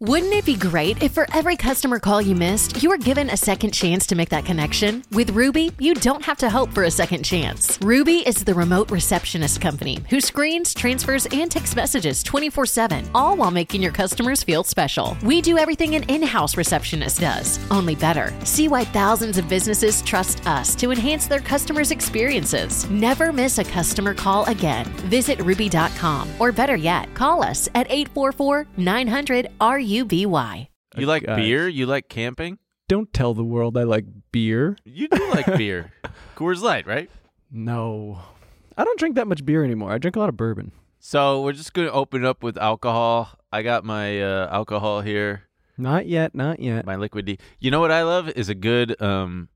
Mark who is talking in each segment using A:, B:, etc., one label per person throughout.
A: Wouldn't it be great if for every customer call you missed, you were given a second chance to make that connection? With Ruby, you don't have to hope for a second chance. Ruby is the remote receptionist company who screens, transfers, and takes messages 24 7, all while making your customers feel special. We do everything an in house receptionist does, only better. See why thousands of businesses trust us to enhance their customers' experiences. Never miss a customer call again. Visit ruby.com or better yet, call us at 844 900 RUBY.
B: You like
C: Guys.
B: beer? You like camping?
C: Don't tell the world I like beer.
B: You do like beer. Coors Light, right?
C: No. I don't drink that much beer anymore. I drink a lot of bourbon.
B: So we're just going to open up with alcohol. I got my uh, alcohol here,
C: Not yet, not yet.
B: my liquid D. You know what I love is a good um,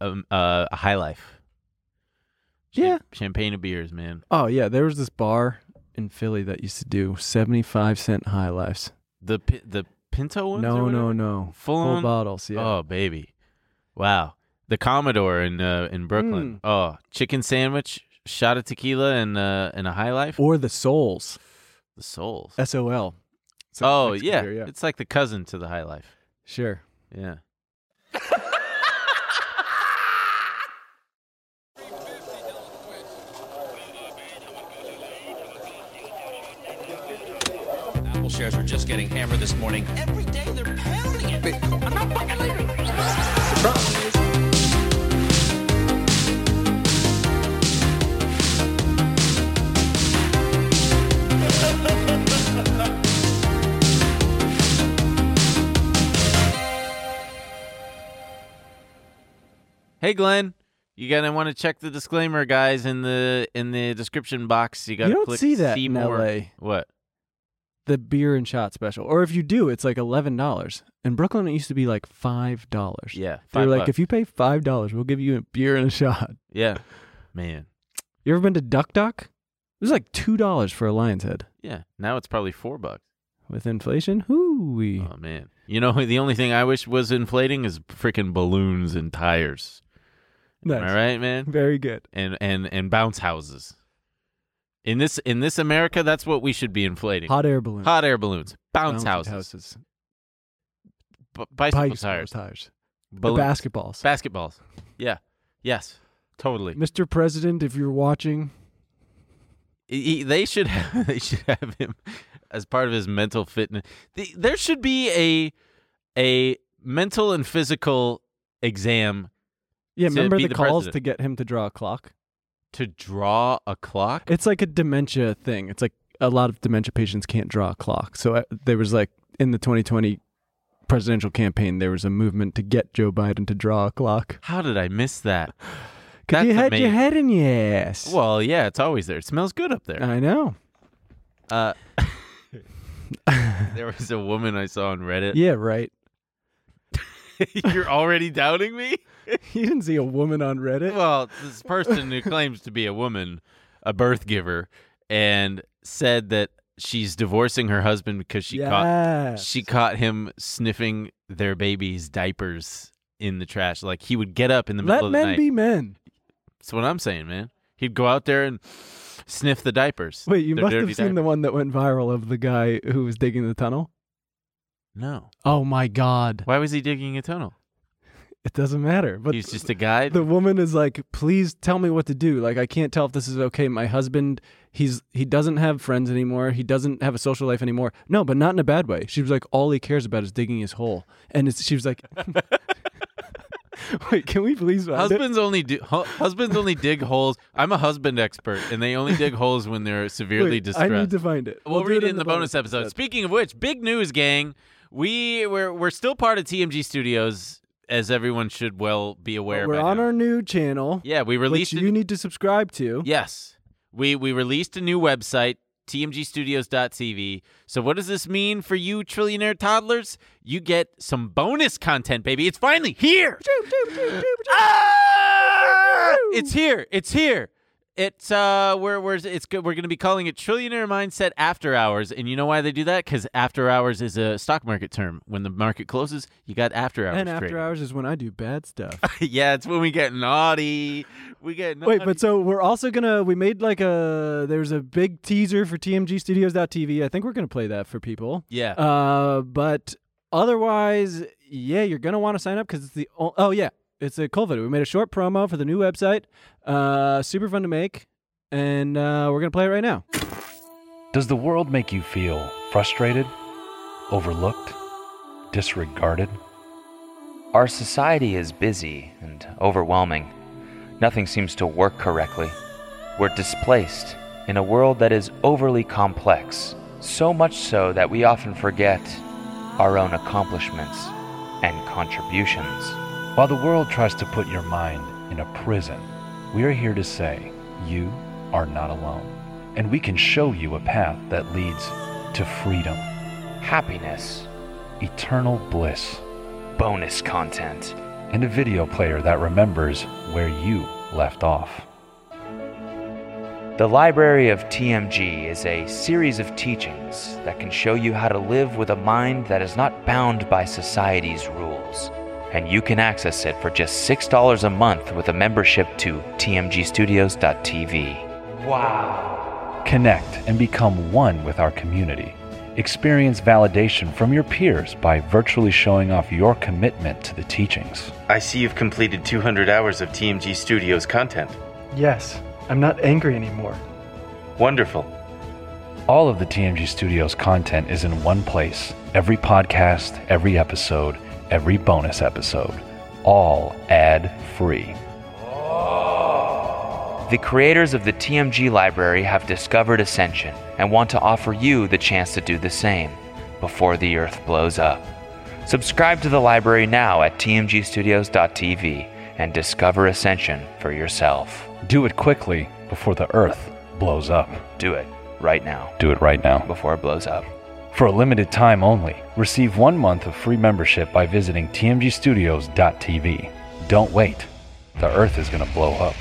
B: um uh, a high life. Cham-
C: Yeah.
B: champagne and beers, man.
C: Oh yeah, there was this bar in Philly that used to do 75 cent high lifes.
B: The pi- the Pinto ones.
C: No, no, no.
B: Full on?
C: bottles, yeah.
B: Oh baby, wow. The Commodore in uh, in Brooklyn. Oh, chicken sandwich, shot of tequila, and uh, and a high life.
C: Or the Souls.
B: the Souls.
C: S O L. It's like
B: Oh
C: Mexican
B: yeah.
C: beer, yeah.
B: it's like the cousin to the high life.
C: Sure.
B: Yeah.
D: Apple shares are just getting hammered this morning. Every day they're pounding it. I'm not fucking leaving.
B: Hey Glenn, you gotta want to check the disclaimer, guys, in the in the description box. You gotta
C: don't
B: click
C: see that
B: see
C: in
B: more.
C: LA.
B: What?
C: The beer and shot special. Or if you do, it's like $11. In Brooklyn it used to be like $5.
B: Yeah,
C: They were
B: five
C: like
B: bucks.
C: if you pay $5, we'll give you a beer and a shot.
B: Yeah, man.
C: You ever been to Duck Duck? It was like two dollars for a lion's head
B: Yeah. Now it's probably four bucks.
C: with inflation. Hooey.
B: Oh man. You know the only thing I wish was inflating is freaking balloons and tires.
C: nice.
B: Am I right, man?
C: Very good.
B: And and and bounce houses. In this in this America, that's what we should be inflating.
C: Hot air balloon.
B: Hot air balloons, bounce,
C: Bouncy
B: houses, b- bicycle
C: Bikes.
B: tires,
C: Tires. The
B: balloons,
C: basketballs.
B: basketballs. Yeah. Yes. Totally.
C: Mr. President, if you're watching,
B: He- he- they should have, they should have him as part of his mental fitness. The, there should be a a mental and physical exam
C: yeah,
B: To
C: remember
B: be
C: the,
B: the
C: calls
B: president.
C: to get him to draw a clock.
B: to draw a clock.
C: It's like a dementia thing. It's like a lot of dementia patients can't draw a clock. So uh, there was like in the 2020 presidential campaign, there was a movement to get Joe Biden to draw a clock
B: How did I miss that?
C: because you
B: That's
C: had your
B: amazing.
C: head in your ass.
B: Well, yeah, it's always there. It smells good up there.
C: I know.
B: Uh, there was a woman I saw on Reddit.
C: Yeah, right.
B: You're already doubting me?
C: You didn't see a woman on Reddit.
B: Well, this person who claims to be a woman, a birth giver, and said that she's divorcing her husband because she caught
C: yeah.
B: she caught him sniffing their baby's diapers in the trash. Like he would get up in the middle
C: Let
B: of the
C: men
B: night.
C: be men.
B: That's what I'm saying, man. He'd go out there and sniff the diapers.
C: Wait, you
B: their
C: must have
B: dirty
C: seen the one that went viral of the guy who was digging the tunnel.
B: diapers. No.
C: Oh my god.
B: Why was he digging a tunnel?
C: It doesn't matter. But
B: He's just a guy.
C: the woman is like, "Please tell me what to do. Like I can't tell if this is okay. My husband, he's he doesn't have friends anymore. He doesn't have a social life anymore." No, but not in a bad way. She was like, "All he cares about is digging his hole." And it's, she was like Wait, can we please find it?
B: Husbands only do. hu- husbands only dig holes. I'm a husband expert, and they only dig holes when they're severely
C: Wait,
B: distressed.
C: I need to find it.
B: We'll,
C: do
B: read it in the bonus, episode. Speaking of which, big news, gang. We we're we're still part of TMG Studios, as everyone should well be aware.
C: We're
B: by
C: on
B: now.
C: our new channel.
B: yeah. We
C: which
B: released a-
C: you need to subscribe to.
B: yes. We we released a new website, tmgstudios.tv. So what does this mean for you trillionaire toddlers? You get some bonus content, baby. It's finally here. Ah! It's here. It's here. It's uh, we're we're it's good. We're gonna be calling it Trillionaire Mindset After Hours, and you know why they do that? Because after hours is a stock market term. When the market closes, you got after hours.
C: and after
B: trading.
C: hours is when I do bad stuff.
B: yeah, it's when we get naughty. We get naughty.
C: Wait, but so we're also gonna we made like a there's a big teaser for TMGstudios.tv. I think we're gonna play that for people.
B: yeah,
C: Uh, but otherwise, yeah, you're gonna want to sign up because it's the o- oh yeah, it's a cool video. We made a short promo for the new website. Uh, super fun to make, and uh, we're gonna play it right now.
E: Does the world make you feel frustrated, overlooked, disregarded?
F: Our society is busy and overwhelming. Nothing seems to work correctly. We're displaced in a world that is overly complex, so much so that we often forget our own accomplishments and contributions.
E: While the world tries to put your mind in a prison, we are here to say you are not alone, and we can show you a path that leads to freedom,
F: Happiness,
E: eternal bliss,
F: bonus content.
E: and a video player that remembers where you left off.
F: The Library of TMG is a series of teachings that can show you how to live with a mind that is not bound by society's rules. And you can access it for just $6 a month with a membership to tmgstudios.tv. Wow.
E: Connect and become one with our community. Experience validation from your peers by virtually showing off your commitment to the teachings.
G: I see you've completed 200 hours of TMG Studios content.
H: Yes, I'm not angry anymore.
G: Wonderful.
E: All of the TMG Studios content is in one place every podcast, every episode, every bonus episode, all ad free.
F: The creators of the TMG library have discovered Ascension and want to offer you the chance to do the same before the earth blows up. Subscribe to the library now at tmgstudios.tv and discover Ascension for yourself.
E: Do it quickly before the earth blows up.
F: Do it right now
E: Do it right now.
F: before it blows up.
E: For a limited time only, receive one month of free membership by visiting tmgstudios.tv. Don't wait. The earth is going to blow up.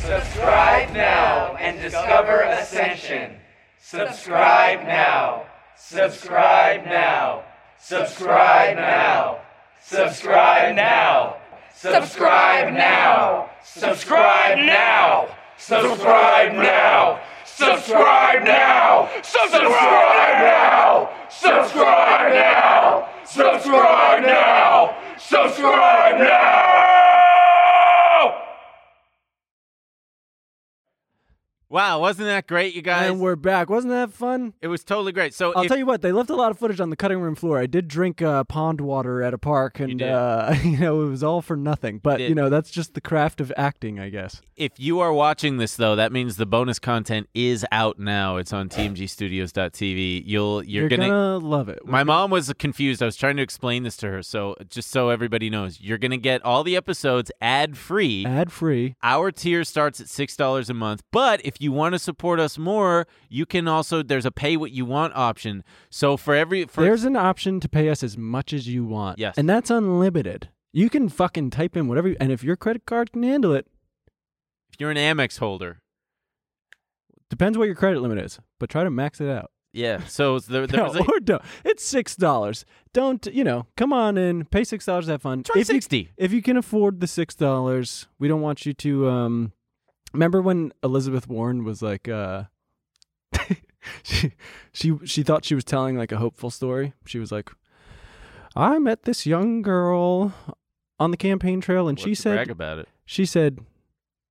F: Subscribe now and discover Ascension. Subscribe now. Subscribe now. Subscribe now. Subscribe now. Subscribe now. Subscribe now. Subscribe now. Subscribe now. Subscribe now. Subscribe now. Subscribe now. Subscribe now.
B: wow, wasn't that great, you guys?
C: And we're back. Wasn't that fun?
B: it was totally great. So
C: I'll
B: if-
C: tell you what, they left a lot of footage on the cutting room floor. I did drink uh, pond water at a park, and
B: did.
C: Uh, you know it was all for nothing. But
B: did.
C: you know that's just the craft of acting, I guess.
B: if you are watching this though, that means the bonus content is out now. It's on tmgstudios.tv. You'll you're,
C: gonna, love it.
B: My mom was confused. I was trying to explain this to her. So, just so everybody knows, you're going to get all the episodes ad free.
C: Ad free.
B: Our tier starts at $6 a month. But if you want to support us more, you can also, there's a pay what you want option. So, for every, for,
C: There's an option to pay us as much as you want.
B: Yes.
C: And that's unlimited. You can fucking type in whatever, you, and if your credit card can handle it,
B: if you're an Amex holder,
C: depends what your credit limit is, but try to max it out.
B: yeah. So, there, there
C: No,
B: was a,
C: or don't. It's six dollars. Don't you know? Come on in, pay six dollars. Have fun.
B: Try
C: if you-
B: 60.
C: if you can afford the six dollars, we don't want you to. Um, remember when Elizabeth Warren was like, uh, she, she she thought she was telling like a hopeful story. She was like, I met this young girl on the campaign trail, and
B: Let's
C: she said
B: brag about it.
C: she said,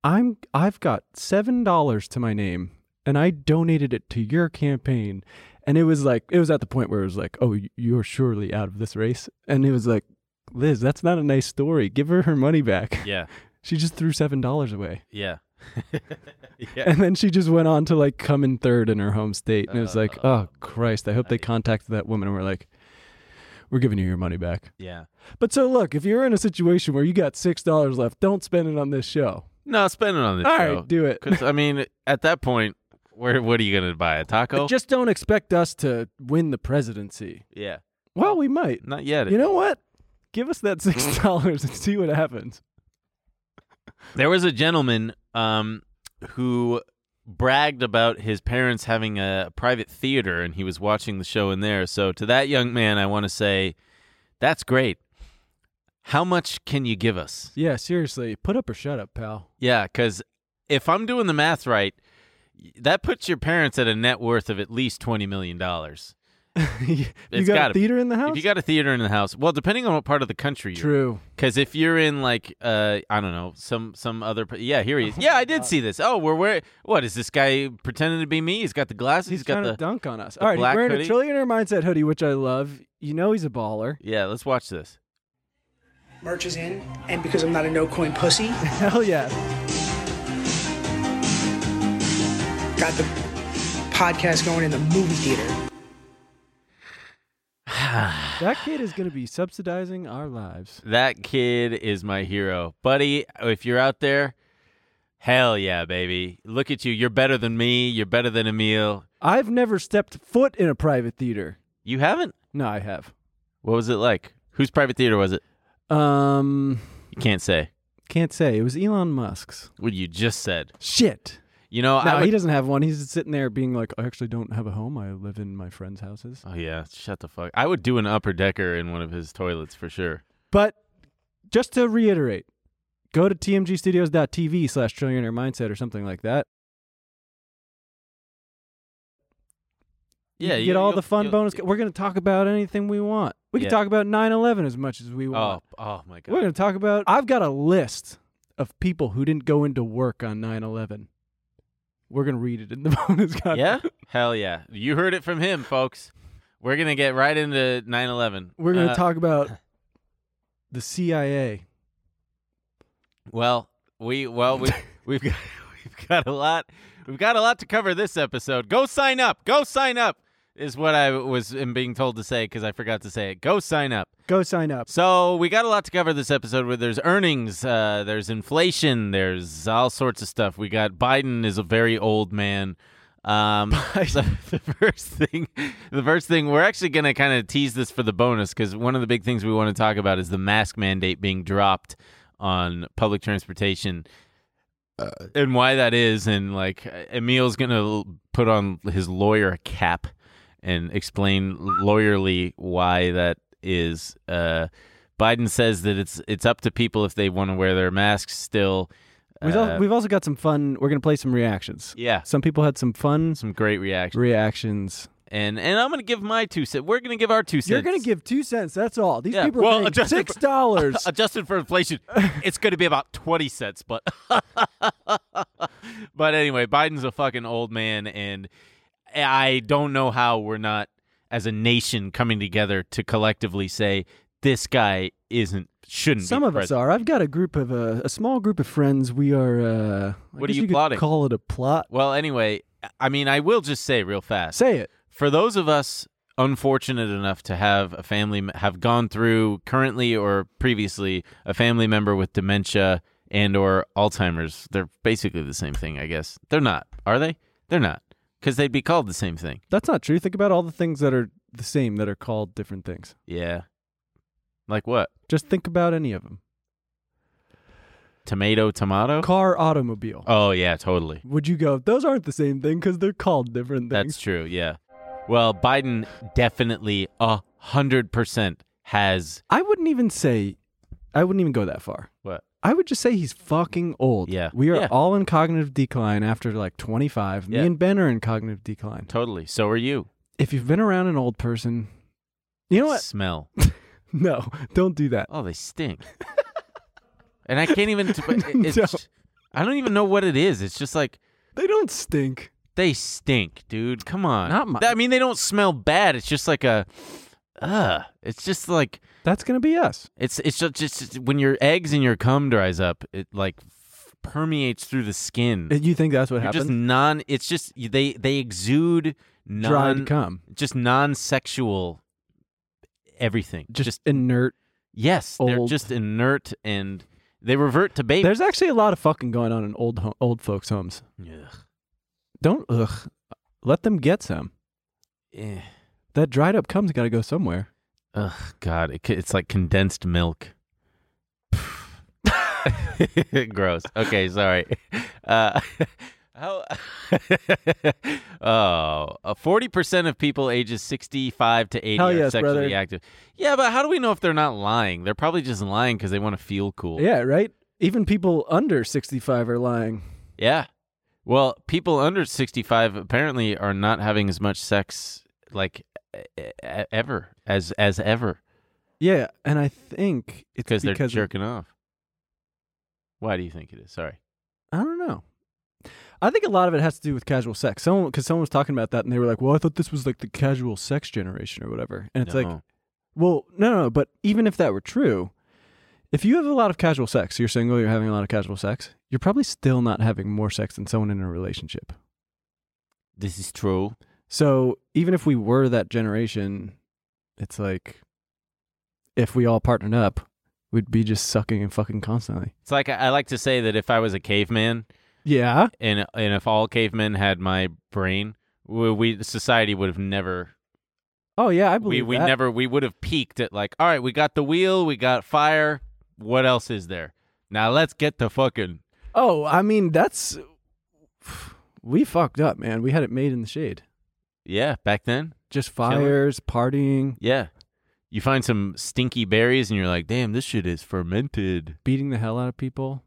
C: "I'm I've got seven dollars to my name, and I donated it to your campaign." And it was like it was at the point where it was like, "Oh, y- you're surely out of this race." And it was like, "Liz, that's not a nice story. Give her her money back."
B: Yeah.
C: She just threw seven dollars away,
B: Yeah. yeah.
C: and then she just went on to like come in third in her home state. And it was
B: Uh.
C: like, "Oh Christ, I hope they contacted that woman and were like." We're giving you your money back.
B: Yeah.
C: But so look, if you're in a situation where you got six dollars left, don't spend it on this show.
B: No, spend it on this
C: All right,
B: show.
C: do it.
B: Because, I mean, at that point, where, what are you going to buy? A taco?
C: But just don't expect us to win the presidency.
B: yeah.
C: Well, we might.
B: Not yet.
C: You know what? Give us that six dollars and see what happens.
B: There was a gentleman um, who bragged about his parents having a private theater and he was watching the show in there. So to that young man, I want to say, that's great. How much can you give us?
C: Yeah, seriously, put up or shut up, pal.
B: Yeah, because if I'm doing the math right, y- that puts your parents at a net worth of at least twenty million dollars.
C: you
B: It's
C: got
B: gotta
C: a
B: be.
C: theater in the
B: If
C: house.
B: you got a theater in the house, well, depending on what part of the country you're.
C: True.
B: Because if you're in like, uh, I don't know, some some other. pa- Yeah, here he is. Yeah, I did see this. Oh, we're where? What is this guy pretending to be me? He's got the glasses.
C: He's,
B: got
C: trying
B: the.
C: to dunk on us. All right,
B: black
C: he's wearing
B: hoodie.
C: a trillionaire mindset hoodie, which I love. You know he's a baller.
B: Yeah, let's watch this.
I: Merch is in, and because I'm not a no coin pussy,
C: Hell yeah.
I: got the podcast going in the movie theater.
C: That kid is going to be subsidizing our lives.
B: That kid is my hero, buddy. If you're out there, hell yeah, baby. Look at you. You're better than me. You're better than Emil.
C: I've never stepped foot in a private theater.
B: You haven't.
C: No, I have.
B: What was it like? Whose private theater was it?
C: Um,
B: You can't say.
C: can't say. It was Elon Musk's.
B: What you just said.
C: Shit.
B: You know, I
C: no,
B: would-
C: he doesn't have one. He's sitting there being like, I actually don't have a home. I live in my friends' houses.
B: Oh yeah, shut the fuck. I would do an upper decker in one of his toilets for sure.
C: But just to reiterate, go to tmgstudios.tv slash trillionaire mindset or something like that. You
B: Yeah,
C: can
B: you-
C: get all
B: you'll-
C: the fun
B: you'll-
C: bonus. We're going to talk about anything we want. We
B: Yeah.
C: can talk about 9/11 as much as we
B: Oh,
C: want.
B: oh my
C: We're
B: god.
C: going to talk about I've got a list of people who didn't go into work on 9/11. We're going to read it in the bonus content.
B: Yeah, hell yeah. You heard it from him, folks. We're gonna get right into 9/11.
C: We're going to
B: Uh,
C: talk about the CIA.
B: Well, we well we we've got we've got a lot we've got a lot to cover this episode. Go sign up. Go sign up is what I was am being told to say because I forgot to say it. Go sign up.
C: Go sign up.
B: So we got a lot to cover this episode. Where there's earnings, uh, there's inflation, there's all sorts of stuff. We got Biden is a very old man. Um, so the first thing, the first thing we're actually gonna kind of tease this for the bonus because one of the big things we want to talk about is the mask mandate being dropped on public transportation uh, and why that is, and like Emil's gonna l- put on his lawyer cap and explain lawyerly why that is. Uh, Biden says that it's it's up to people if they want to wear their masks still.
C: We've,
B: Uh,
C: al- we've also got some fun. We're going to play some reactions.
B: yeah,
C: Some people had some fun
B: some great reaction,
C: reactions.
B: and and I'm gonna give my two cents. We're gonna give our two cents.
C: You're going to give two cents. That's all. These
B: Yeah.
C: people
B: Well,
C: are paying
B: adjusted for-
C: six dollars.
B: adjusted for inflation. It's gonna be about twenty cents, but but anyway, Biden's a fucking old man, and I don't know how we're not as a nation coming together to collectively say this guy isn't shouldn't.
C: Some
B: be
C: of us
B: president."
C: are. I've got a group of uh, a small group of friends. We are. Uh, I
B: What are
C: guess
B: you
C: could
B: plotting?
C: Call it a plot.
B: Well, anyway, I mean, I will just say real fast.
C: Say it.
B: for those of us unfortunate enough to have a family have gone through currently or previously a family member with dementia and or alzheimer's they're basically the same thing i guess they're not are they they're not because they'd be called the same thing
C: That's not true. Think about all the things that are the same that are called different things.
B: yeah like what
C: Just think about any of them.
B: tomato tomato
C: Car, automobile.
B: oh yeah totally
C: Would you go? Those aren't the same thing because they're called different
B: That's
C: things.
B: true. Yeah. Well, Biden definitely a hundred percent has
C: I wouldn't even say. I wouldn't even go that far.
B: what?
C: I would just say he's fucking old.
B: Yeah.
C: We are
B: Yeah.
C: all in cognitive decline after like 25.
B: Yeah.
C: Me and Ben are in cognitive decline.
B: Totally. So are you.
C: If you've been around an old person, you know what?
B: Smell.
C: No, don't do that.
B: Oh, they stink. and I can't even. T- but it- it's,
C: No.
B: I don't even know what it is. It's just like
C: They don't stink.
B: they stink, dude. Come on.
C: Not my-
B: I mean, they don't smell bad. It's just like a. Uh, it's just like
C: That's going to be us.
B: it's it's just, just when your eggs and your cum dries up, it like f- permeates through the skin.
C: And You think that's what
B: Mm. You're just
C: happens?
B: non. It's just they they exude non
C: Dried cum.
B: just non-sexual everything.
C: Just, inert.
B: yes, they're
C: old.
B: just inert and they revert to baby.
C: There's actually a lot of fucking going on in old ho- old folks' homes.
B: Ugh.
C: Don't ugh. Let them get some.
B: Eh.
C: That dried up cum's got to go somewhere.
B: Ugh, God, it, c- it's like condensed milk. Gross. Okay, sorry. Uh, how? oh, forty percent of people ages sixty-five to eighty
C: Hell
B: are
C: yes,
B: sexually
C: brother.
B: active. Yeah, but how do we know if they're not lying? They're probably just lying because they want to feel cool.
C: Yeah, right? Even people under 65 are lying.
B: Yeah. Well, people under 65 apparently are not having as much sex like e- e- ever as as ever
C: Yeah, and I think it's
B: because they're
C: of-
B: jerking off. Why do you think it is? Sorry.
C: I don't know. I think a lot of it has to do with casual sex. Someone because someone was talking about that, and they were like, "Well, I thought this was like the casual sex generation or whatever." And it's like,
B: No.
C: well, no, no. But even if that were true, if you have a lot of casual sex, you're single, you're having a lot of casual sex, you're probably still not having more sex than someone in a relationship.
B: this is true.
C: So even if we were that generation, it's like if we all partnered up, we'd be just sucking and fucking constantly.
B: It's like I, I like to say that if I was a caveman
C: Yeah.
B: and and if all cavemen had my brain, we, we society would have never
C: Oh yeah, I
B: we
C: believe
B: we
C: that.
B: never we would have peaked at like all right we got the wheel we got fire what else is there now let's get to fucking
C: Oh, I mean, that's we fucked up, man. We had it made in the shade.
B: yeah back then
C: Just
B: Killing.
C: fires, partying,
B: yeah you find some stinky berries and you're like damn this shit is fermented
C: beating the hell out of people.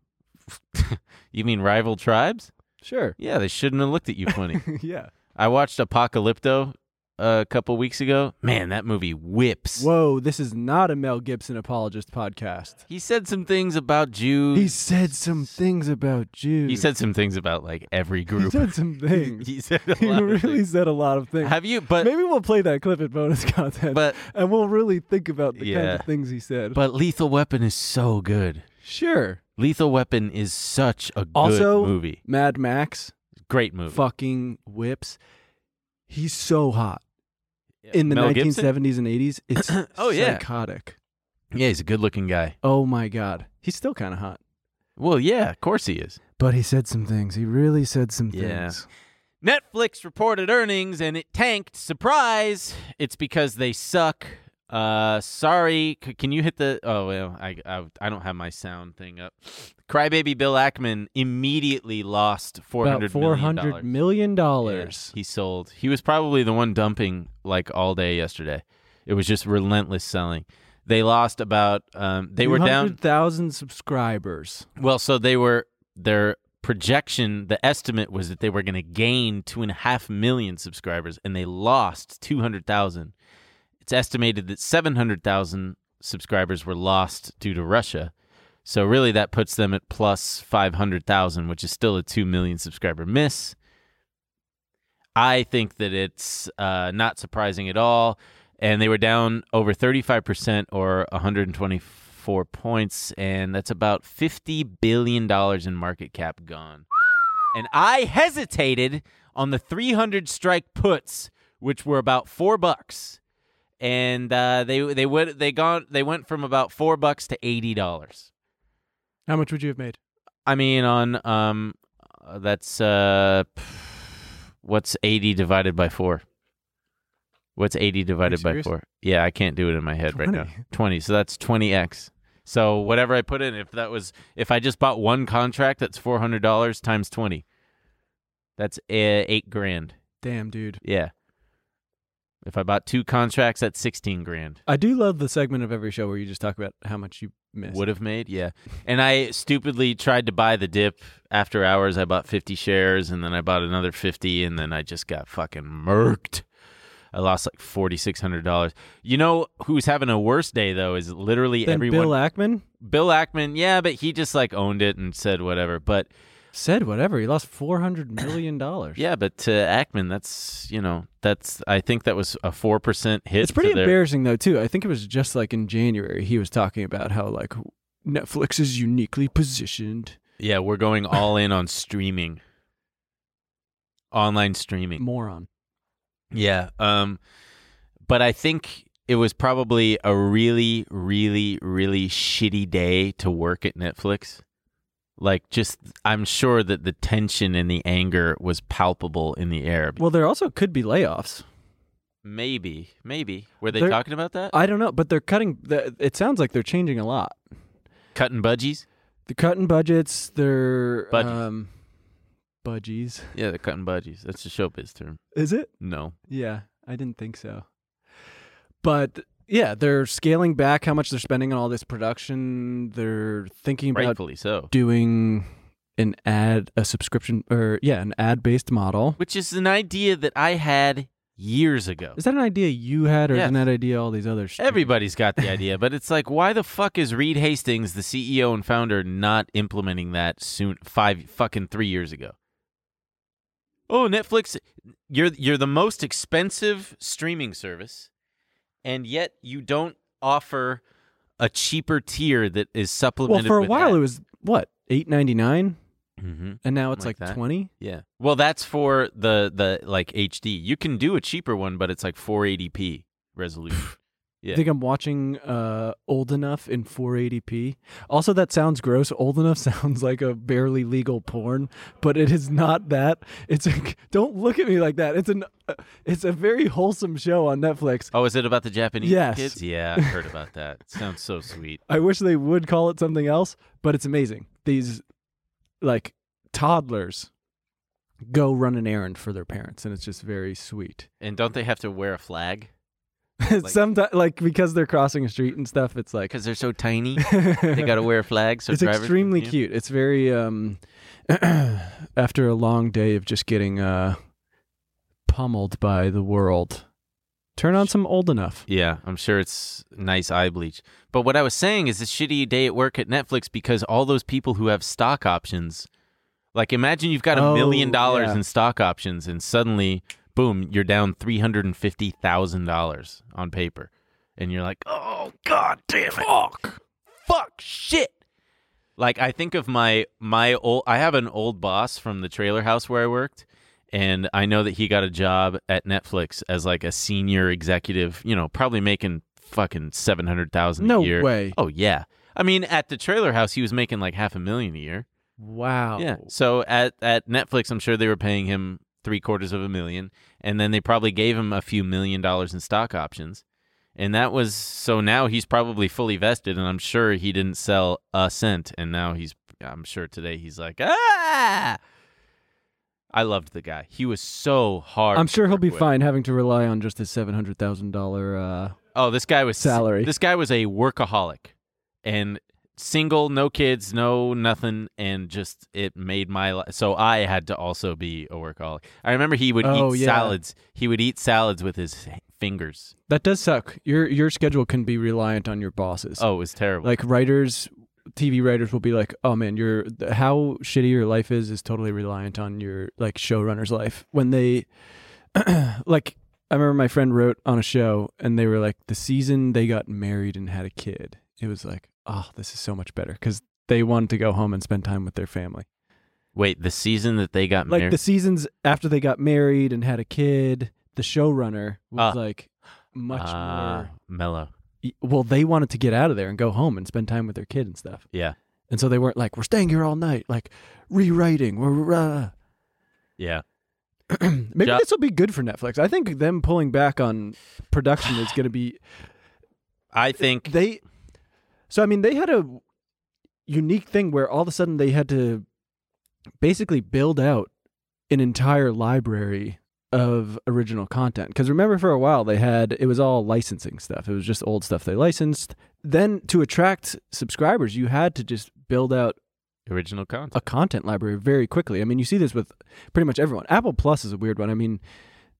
B: you mean rival tribes
C: Sure.
B: yeah they shouldn't have looked at you funny
C: yeah.
B: i watched apocalypto uh, a couple weeks ago man that movie whips
C: Whoa, this is not a Mel Gibson apologist podcast.
B: he said some things about jews
C: He said some things about Jews.
B: he said some things about like every
C: he
B: group
C: said some things.
B: he said a
C: he
B: lot of
C: really
B: things.
C: said a lot of things.
B: have you but
C: Maybe we'll play that clip at bonus content,
B: But-
C: and we'll really think about the kind
B: Yeah.
C: of things he said.
B: But Lethal Weapon is so good.
C: sure.
B: Lethal Weapon is such a good
C: Also,
B: movie.
C: Mad Max
B: Great movie.
C: fucking whips. He's so hot. in the
B: Mel
C: 1970s
B: Gibson?
C: and 80s. It's
B: Oh, yeah.
C: psychotic.
B: Yeah, he's a good looking guy.
C: Oh my god, he's still kind of hot.
B: Well, yeah, of course he is.
C: But he said some things. He really said some
B: Yeah.
C: things.
B: Netflix reported earnings and it tanked. Surprise! It's because they suck. Uh, sorry. C- can you hit the? Oh well, I, I I don't have my sound thing up. Crybaby Bill Ackman immediately lost four
C: About
B: hundred
C: four
B: million
C: hundred
B: dollars.
C: million
B: Yes,
C: dollars.
B: he sold. He was probably the one dumping like all day yesterday. It was just relentless selling. They lost about um, they were down
C: thousand subscribers.
B: well, so they were their projection, the estimate was that they were gonna gain two and a half million subscribers and they lost two hundred thousand. It's estimated that seven hundred thousand subscribers were lost due to Russia. So really that puts them at plus five hundred thousand, which is still a two million subscriber miss. I think that it's uh, not surprising at all. And they were down over 35% or 124 points. And that's about $50 billion in market cap gone. And I hesitated on the 300 strike puts, which were about four bucks. And uh, they they went they gone they went from about four bucks to eighty dollars.
C: How much would you have made?
B: I mean, on um, uh, that's uh, p- what's eighty divided by four? What's eighty divided by
C: serious?
B: four? Yeah, I can't do it in my head right now.
C: 20.
B: Twenty. So that's twenty x. So whatever I put in, if that was, if I just bought one contract, that's four hundred dollars times twenty. That's uh, eight grand.
C: Damn, dude.
B: Yeah. If I bought two contracts, that's sixteen grand.
C: I do love the segment of every show where you just talk about how much you missed.
B: Would have made, yeah. And I stupidly tried to buy the dip after hours. I bought 50 shares and then I bought another 50 and then I just got fucking murked. I lost like $4,600. You know who's having a worse day though is literally
C: Then
B: everyone.
C: Bill Ackman
B: Bill Ackman, yeah, but he just like owned it and said whatever. But
C: said whatever. He lost four hundred million dollars.
B: yeah, but to Ackman, that's, you know, that's, I think that was a 4% hit.
C: It's pretty
B: to their-
C: embarrassing though too. I think it was just like in January he was talking about how like Netflix is uniquely positioned.
B: Yeah, we're going all in on streaming, online streaming.
C: Moron.
B: Yeah. Um, but I think it was probably a really, really, really shitty day to work at Netflix. Like, just I'm sure that the tension and the anger was palpable in the air.
C: Well, there also could be layoffs.
B: maybe, maybe were they
C: There-
B: talking about that?
C: I don't know, but they're cutting. The, it sounds like they're changing a lot.
B: Cutting budgies?
C: They're cutting budgets. They're
B: Budgies.
C: um, budgies.
B: Yeah, they're cutting budgies. That's a showbiz term.
C: Is it?
B: No.
C: Yeah, I didn't think so. But yeah, they're scaling back how much they're spending on all this production. They're thinking about
B: Rightfully so.
C: doing an ad, a subscription, or yeah, an ad based model.
B: Which is an idea that I had years ago.
C: Is that an idea you had, or
B: Yes.
C: isn't that idea all these other? streamers-
B: Everybody's got the idea, but it's like, why the fuck is Reed Hastings, the CEO and founder, not implementing that soon? Five fucking three years ago. Oh, Netflix, you're you're the most expensive streaming service, and yet you don't offer a cheaper tier that is
C: Well,
B: supplemented.
C: for a
B: with
C: while
B: that.
C: it was what eight ninety nine,
B: hmm
C: and now it's
B: Like
C: like,
B: that.
C: twenty.
B: Yeah. Well, that's for the the like HD. You can do a cheaper one, but it's like 480p resolution.
C: I
B: Yeah.
C: think I'm watching uh, Old Enough in 480p. Also, that sounds gross. Old Enough sounds like a barely legal porn, but it is not that. It's a, don't look at me like that. It's an uh, it's a very wholesome show on Netflix.
B: Oh, is it about the Japanese
C: Yes.
B: kids? Yeah, I heard about that. sounds so sweet.
C: I wish they would call it something else, but it's amazing. These like toddlers go run an errand for their parents, and it's just very sweet.
B: And don't they have to wear a flag
C: Sometimes, like because they're crossing a street and stuff, it's like
B: because they're so tiny? they got to wear a flag. So
C: it's
B: drivers can
C: extremely
B: see 'em?
C: cute. It's very um after a long day of just getting uh pummeled by the world. Turn on some old enough.
B: Yeah, I'm sure it's nice eye bleach. But what I was saying is a shitty day at work at Netflix because all those people who have stock options, like imagine you've got a
C: Oh,
B: million dollars
C: yeah.
B: in stock options and suddenly, boom, you're down three hundred and fifty thousand dollars on paper, and you're like, oh god damn it, fuck, fuck, shit. Like I think of my my old, I have an old boss from the trailer house where I worked, and I know that he got a job at Netflix as like a senior executive, you know, probably making fucking 700,000
C: No
B: a year.
C: way.
B: Oh yeah. I mean, at the trailer house he was making like half a million a year.
C: Wow.
B: Yeah. So at at Netflix I'm sure they were paying him 3 quarters of a million and then they probably gave him a few million dollars in stock options. And that was so now he's probably fully vested and I'm sure he didn't sell a cent and now he's I'm sure today he's like ah I loved the guy. He was so hard.
C: I'm
B: to
C: sure he'll
B: work
C: be
B: with.
C: fine having to rely on just his seven hundred thousand dollar uh
B: Oh, this guy was
C: Salary.
B: This guy was a workaholic and single, no kids, no nothing, and just it made my life. So I had to also be a workaholic. I remember he would
C: Oh,
B: eat
C: yeah.
B: salads. He would eat salads with his h- fingers.
C: that does suck. Your your schedule can be reliant on your bosses.
B: Oh, it was terrible.
C: Like writers TV writers will be like, "Oh man, your th- how shitty your life is is totally reliant on your like showrunner's life." When they like I remember my friend wrote on a show and they were like the season they got married and had a kid. It was like, "Oh, this is so much better cuz they wanted to go home and spend time with their family."
B: Wait, the season that they got
C: Like
B: married.
C: the seasons after they got married and had a kid, the showrunner was
B: Ah.
C: like much
B: Ah,
C: more
B: mellow.
C: y- well, they wanted to get out of there and go home and spend time with their kid and stuff.
B: Yeah,
C: And so they weren't like, we're staying here all night, like rewriting. We're, rah."
B: yeah.
C: Maybe
B: Jo-
C: this will be good for Netflix. I think them pulling back on production is going to be.
B: I think
C: They. So, I mean, they had a unique thing where all of a sudden they had to basically build out an entire library of original content. Because remember, for a while, they had it was all licensing stuff, it was just old stuff they licensed. Then to attract subscribers, you had to just build out
B: original content.
C: a content library very quickly. I mean, you see this with pretty much everyone. Apple Plus is a weird one. I mean,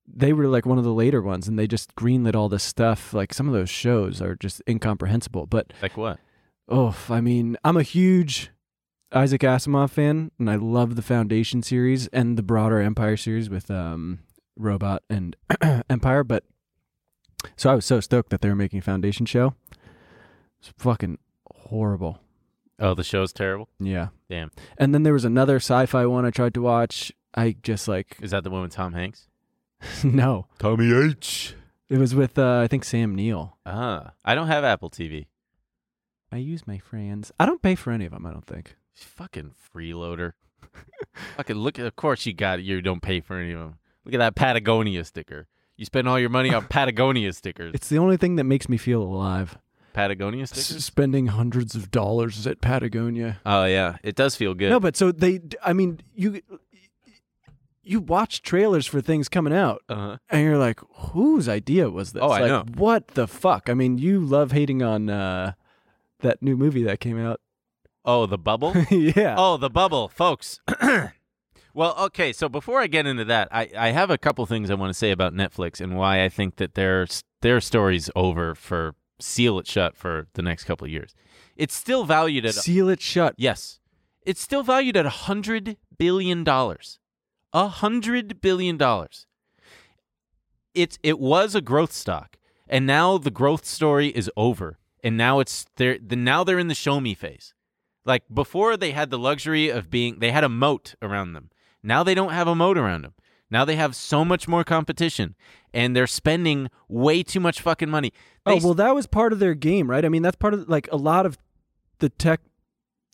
C: they were like one of the later ones and they just greenlit all this stuff. Like some of those shows are just incomprehensible. But
B: Like what?
C: oh, I mean, I'm a huge Isaac Asimov fan and I love the Foundation series and the broader Empire series with um, Robot and Empire. But so I was so stoked that they were making a Foundation show. It's fucking horrible.
B: Oh, the show's terrible.
C: Yeah.
B: Damn.
C: And then there was another sci-fi one I tried to watch. I just like
B: Is that the one with Tom Hanks?
C: no.
B: Tommy H.
C: It was with uh, I think Sam Neill.
B: Ah, I don't have Apple TV.
C: I use my friends. I don't pay for any of them. I don't think.
B: Fucking freeloader. Fucking look at. Of course you got it. You don't pay for any of them. Look at that Patagonia sticker. You spend all your money on Patagonia stickers.
C: It's the only thing that makes me feel alive.
B: Patagonia
C: S-
B: stickers?
C: spending hundreds of dollars at Patagonia.
B: Oh yeah, it does feel good.
C: No, but so they. I mean, you you watch trailers for things coming out,
B: uh-huh.
C: and you're like, whose idea was this?
B: Oh, I
C: like,
B: know.
C: What the fuck? I mean, you love hating on uh, that new movie that came out.
B: oh the bubble.
C: yeah.
B: Oh, the bubble, folks. well, okay. So before I get into that, I, I have a couple things I want to say about Netflix and why I think that their their story's over for seal it shut for the next couple of years. It's still valued at
C: Seal it shut.
B: yes, it's still valued at a hundred billion dollars. A hundred billion dollars. It's it was a growth stock, and now the growth story is over, and now it's they're the, now they're in the show me phase. Like before, they had the luxury of being, they had a moat around them. Now they don't have a moat around them. Now they have so much more competition and they're spending way too much fucking money. They
C: Oh well, that was part of their game, right? I mean, that's part of like a lot of the tech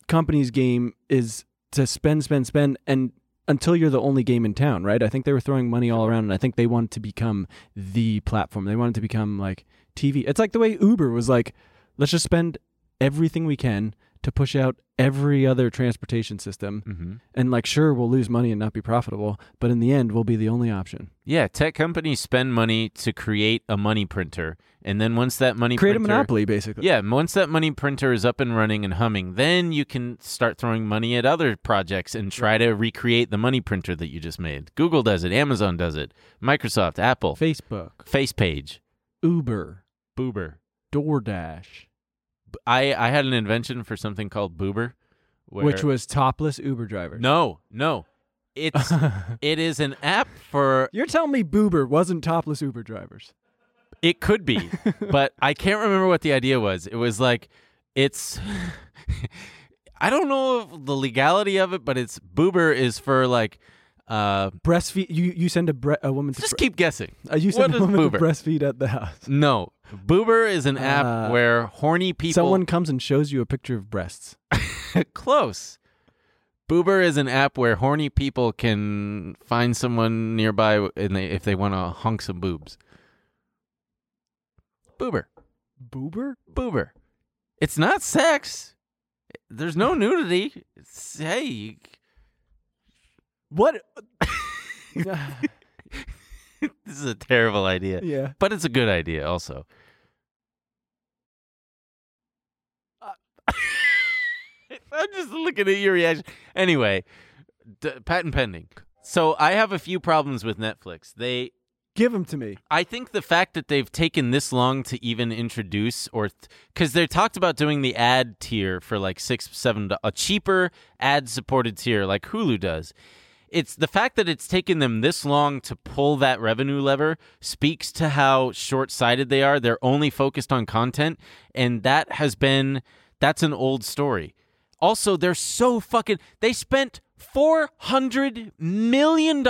C: companies' game is to spend, spend, spend, and until you're the only game in town, right? I think they were throwing money all around, and I think they wanted to become the platform. They wanted to become like TV. It's like the way Uber was like, let's just spend everything we can to push out every other transportation system,
B: Mhm.
C: and like, sure, we'll lose money and not be profitable, but in the end, we'll be the only option.
B: Yeah, tech companies spend money to create a money printer, and then once that money
C: Create a
B: printer,
C: monopoly, basically.
B: Yeah, and once that money printer is up and running and humming, then you can start throwing money at other projects and try to recreate the money printer that you just made. Google does it, Amazon does it, Microsoft, Apple,
C: Facebook,
B: FacePage,
C: Uber,
B: Boober.
C: DoorDash.
B: B- I I had an invention for something called Boober, where-
C: Which was topless Uber drivers.
B: no, no, it's it is an app for
C: You're telling me Boober wasn't topless Uber drivers.
B: It could be, but I can't remember what the idea was. It was like it's I don't know of the legality of it, but it's boober is for like uh
C: Breastfeed. You you send a bre- a woman to
B: just
C: bre-
B: keep guessing.
C: uh, you
B: what
C: send
B: is
C: a woman
B: boober?
C: to breastfeed at the house.
B: no. Boober is an app
C: Uh,
B: where horny people
C: Someone comes and shows you a picture of breasts.
B: close. Boober is an app where horny people can find someone nearby and they, if they want to honk some boobs. Boober.
C: Boober?
B: boober. It's not sex. There's no nudity. It's, hey, you-
C: What?
B: this is a terrible idea,
C: yeah.
B: but it's a good idea also. Uh, I'm just looking at your reaction. Anyway, d- patent pending. So I have a few problems with Netflix. They
C: Give them to me.
B: I think the fact that they've taken this long to even introduce, or because they talked about doing the ad tier for like six, seven, do- a cheaper ad supported tier like Hulu does. It's the fact that it's taken them this long to pull that revenue lever speaks to how short sighted they are. They're only focused on content, and that has been that's an old story. Also, they're so fucking. They spent $400 million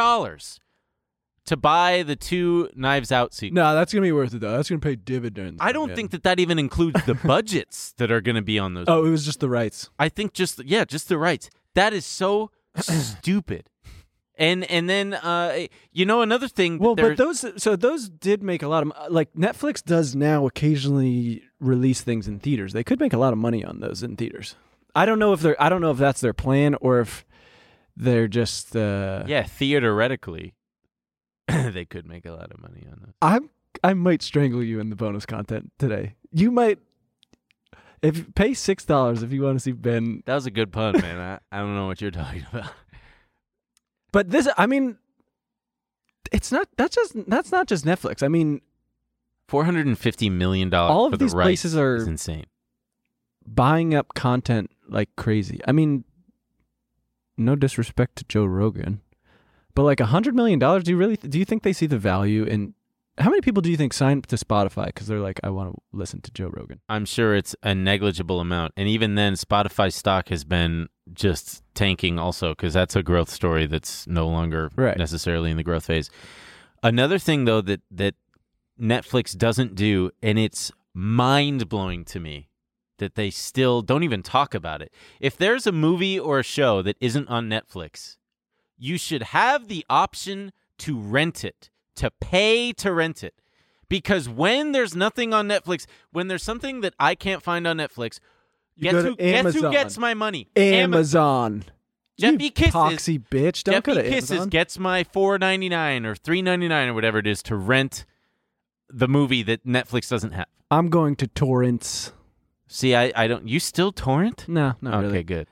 B: to buy the two Knives Out sequels.
C: No, that's gonna be worth it though. That's gonna pay dividends.
B: I don't
C: man.
B: think that that even includes the budgets that are going to be on those.
C: Oh, it was just the rights.
B: I think just yeah, just the rights. That is so stupid. And and then uh, you know another thing. that
C: Well,
B: they're-
C: but those so those did make a lot of uh, like Netflix does now occasionally release things in theaters. They could make a lot of money on those in theaters. I don't know if they're I don't know if that's their plan or if they're just uh
B: yeah, theoretically, they could make a lot of money on that.
C: I'm I might strangle you in the bonus content today. You might if pay six dollars if you want to see Ben.
B: That was a good pun, man. I, I don't know what you're talking about.
C: But this I mean it's not that's just that's not just Netflix. I mean
B: Four hundred and fifty million dollars.
C: All of
B: for the
C: these
B: rights
C: places are-
B: is insane.
C: buying up content like crazy. I mean, no disrespect to Joe Rogan, but like a hundred million dollars. Do you really? Do you think they see the value in? How many people do you think sign up to Spotify because they're like, I want to listen to Joe Rogan?
B: I'm sure it's a negligible amount. And even then, Spotify stock has been just tanking also because that's a growth story that's no longer
C: Right.
B: necessarily in the growth phase. Another thing, though, that, that Netflix doesn't do, and it's mind blowing to me that they still don't even talk about it. If there's a movie or a show that isn't on Netflix, you should have the option to rent it, to pay to rent it. because when there's nothing on Netflix, when there's something that I can't find on Netflix, guess
C: go to
B: who, guess who
C: Amazon.
B: gets my money? Ama-
C: Amazon.
B: Jeffy
C: you
B: Kisses.
C: Poxy bitch. Don't go
B: Jeffy
C: to
B: E. Kisses
C: Amazon.
B: gets my four ninety nine or three ninety nine or whatever it is to rent the movie that Netflix doesn't have.
C: I'm going to torrents.
B: See, I, I don't. You still torrent?
C: No, not
B: okay,
C: really.
B: good.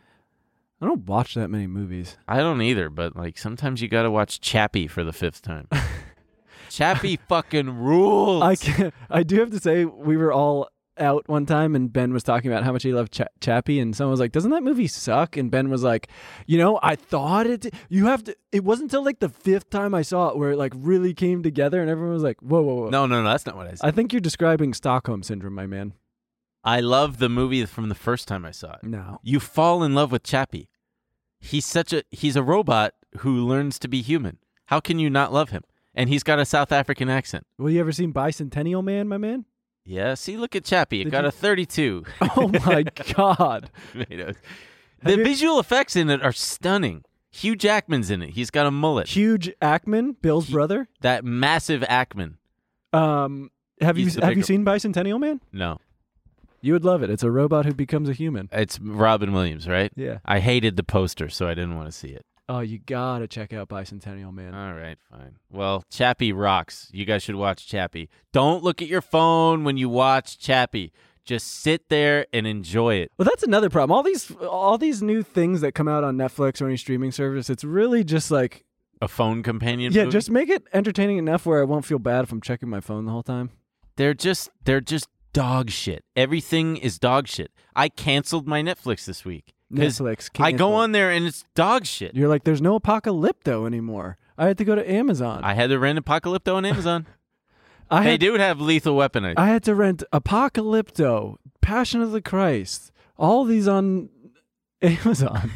C: I don't watch that many movies.
B: I don't either, but like sometimes you got to watch Chappie for the fifth time. Chappie fucking rules.
C: I can I do have to say we were all out one time and Ben was talking about how much he loved Ch- Chappie and someone was like, "Doesn't that movie suck?" And Ben was like, "You know, I thought it. di- You have to. It wasn't until like the fifth time I saw it where it like really came together and everyone was like, "Whoa, whoa, whoa."
B: No, no, no. That's not what I said.
C: I think you're describing Stockholm syndrome, my man.
B: I love the movie from the first time I saw it.
C: No,
B: You fall in love with Chappie. He's such a he's a robot who learns to be human. How can you not love him? And he's got a South African accent.
C: well, you ever seen Bicentennial Man, my man?
B: Yeah, see, look at Chappie. It
C: Did
B: got
C: you-
B: a 32.
C: Oh my god,
B: Tomatoes. the
C: you-
B: visual effects in it are stunning. Hugh Jackman's in it. He's got a mullet.
C: huge Ackman, Bill's brother.
B: that massive Ackman.
C: Um, have you
B: He's the
C: have you
B: bigger-
C: seen Bicentennial Man?
B: No,
C: You would love it. It's a robot who becomes a human.
B: it's Robin Williams, right?
C: Yeah.
B: I hated the poster, so I didn't want to see it.
C: Oh, you gotta check out Bicentennial Man.
B: All right, fine. Well, Chappie rocks. You guys should watch Chappie. Don't look at your phone when you watch Chappie. Just sit there and enjoy it.
C: well, that's another problem. All these all these new things that come out on Netflix or any streaming service, it's really just like
B: A phone companion.
C: yeah,
B: movie?
C: just make it entertaining enough where I won't feel bad if I'm checking my phone the whole time.
B: they're just they're just dog shit. Everything is dog shit. I canceled my Netflix this week. 'Cause
C: Netflix,
B: I
C: cancel.
B: go on there and it's dog shit.
C: You're like, there's no apocalypto anymore. I had to go to Amazon.
B: I had to rent Apocalypto on Amazon.
C: I
B: they
C: had,
B: do have Lethal Weapon. I,
C: I had to rent Apocalypto, Passion of the Christ, all these on Amazon.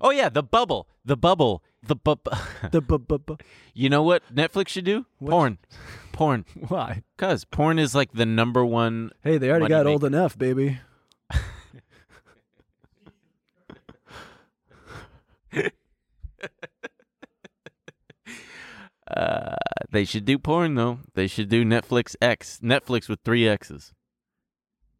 B: oh yeah, the bubble, the bubble, the bu- bu-
C: the bu- bu- bu-
B: You know what Netflix should do?
C: What?
B: Porn, porn.
C: why?
B: Cause porn is like the number one.
C: Hey, they already
B: Money
C: got
B: maker.
C: old enough, baby.
B: Uh, they should do porn though. They should do Netflix X, Netflix with three X's.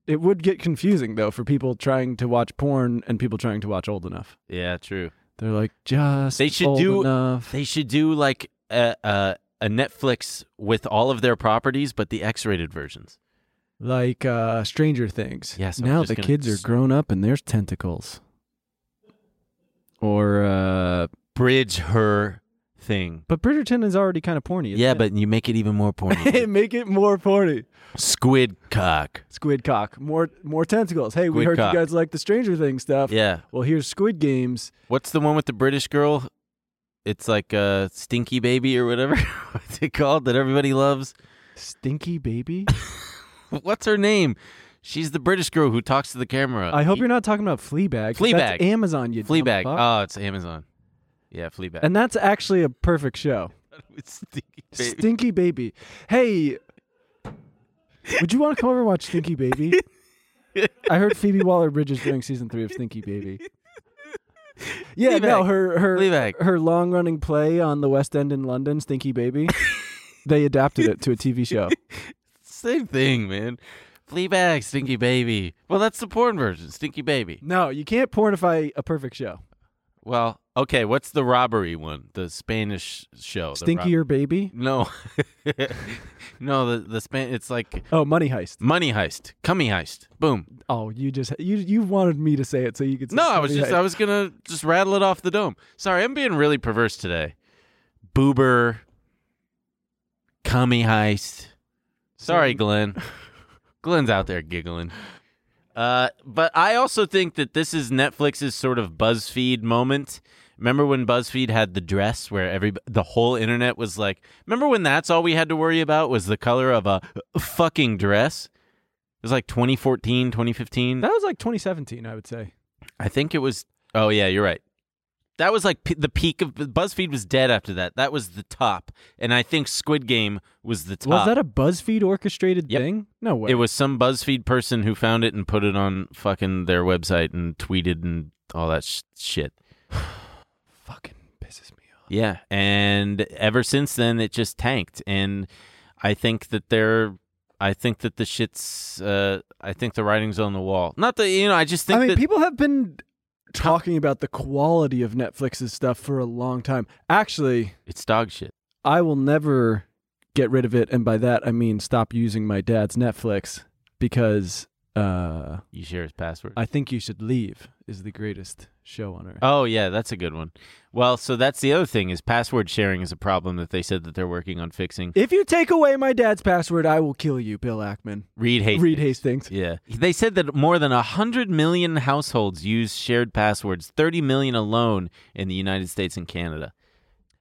C: It would get confusing though for people trying to watch porn and people trying to watch old enough.
B: Yeah, true.
C: They're like just
B: They should
C: old
B: do-
C: enough.
B: They should do like a a, a Netflix with all of their properties, but the X-rated versions.
C: like uh Stranger Things.
B: Yes, I'm
C: now
B: just
C: the
B: gonna
C: kids
B: s-
C: are grown up and there's tentacles. Or uh
B: Bridge her thing.
C: but Bridgerton is already kind of porny. isn't
B: Yeah,
C: it?
B: but you make it even more porny.
C: make it more porny.
B: Squid cock.
C: Squid cock, more more tentacles. Hey, we
B: Squid
C: heard
B: cock.
C: you guys like the Stranger Things stuff.
B: Yeah.
C: Well, here's Squid Games.
B: What's the one with the British girl? It's like a stinky baby or whatever. What's it called that everybody loves?
C: Stinky baby.
B: What's her name? She's the British girl who talks to the camera.
C: I hope you're not talking about Fleabag. 'cause
B: Fleabag.
C: That's Amazon. You dumb
B: Fleabag.
C: fuck.
B: Oh, it's Amazon. Yeah, Fleabag.
C: And that's actually a perfect show.
B: it's stinky baby.
C: Stinky Baby. Hey, would you want to come over and watch Stinky Baby? I heard Phoebe Waller Bridge is doing season three of Stinky Baby. Yeah, no,
B: Fleabag.
C: her her
B: Fleabag.
C: her long running play on the West End in London, Stinky Baby. they adapted it to a TV show.
B: Same thing, man. Fleabag, Stinky Baby. Well, that's the porn version, Stinky Baby.
C: No, you can't pornify a perfect show.
B: Well, okay, what's the robbery one? The Spanish show. the rob-
C: Stinkier Baby.
B: No. no, the the span it's like
C: Oh, Money Heist.
B: money heist, cummy heist. Boom.
C: Oh, you just you you wanted me to say it so you could. Say
B: No, I was
C: Money
B: just
C: Heist.
B: I was going to just rattle it off the dome. Sorry, I'm being really perverse today. Boober cummy heist. Sorry, Glenn. Glenn's out there giggling. Uh, but I also think that this is Netflix's sort of BuzzFeed moment. Remember when BuzzFeed had the dress where every the whole internet was like, remember when that's all we had to worry about was the color of a fucking dress? It was like 2014, 2015.
C: That was like 2017, I would say.
B: I think it was Oh yeah, you're right. That was like p- the peak of BuzzFeed was dead after that. That was the top. And I think Squid Game was the top.
C: Was that a BuzzFeed orchestrated
B: Yep.
C: thing? No way.
B: It was some BuzzFeed person who found it and put it on fucking their website and tweeted and all that sh- shit.
C: fucking pisses me off.
B: Yeah, and ever since then it just tanked. And I think that they're. I think that the shit's. Uh, I think the writing's on the wall. Not that you know. I just think
C: I mean,
B: that
C: people have been talking about the quality of Netflix's stuff for a long time. Actually,
B: it's dog shit.
C: I will never get rid of it, and by that I mean stop using my dad's Netflix because uh,
B: You share his password.
C: I think you should leave is the greatest show on earth.
B: Oh yeah, that's a good one. Well, so that's the other thing is password sharing is a problem that they said that they're working on fixing.
C: If you take away my dad's password, I will kill you, Bill Ackman.
B: Reed Hastings.
C: Reed Hastings.
B: Yeah. They said that more than 100 million households use shared passwords, 30 million alone in the United States and Canada.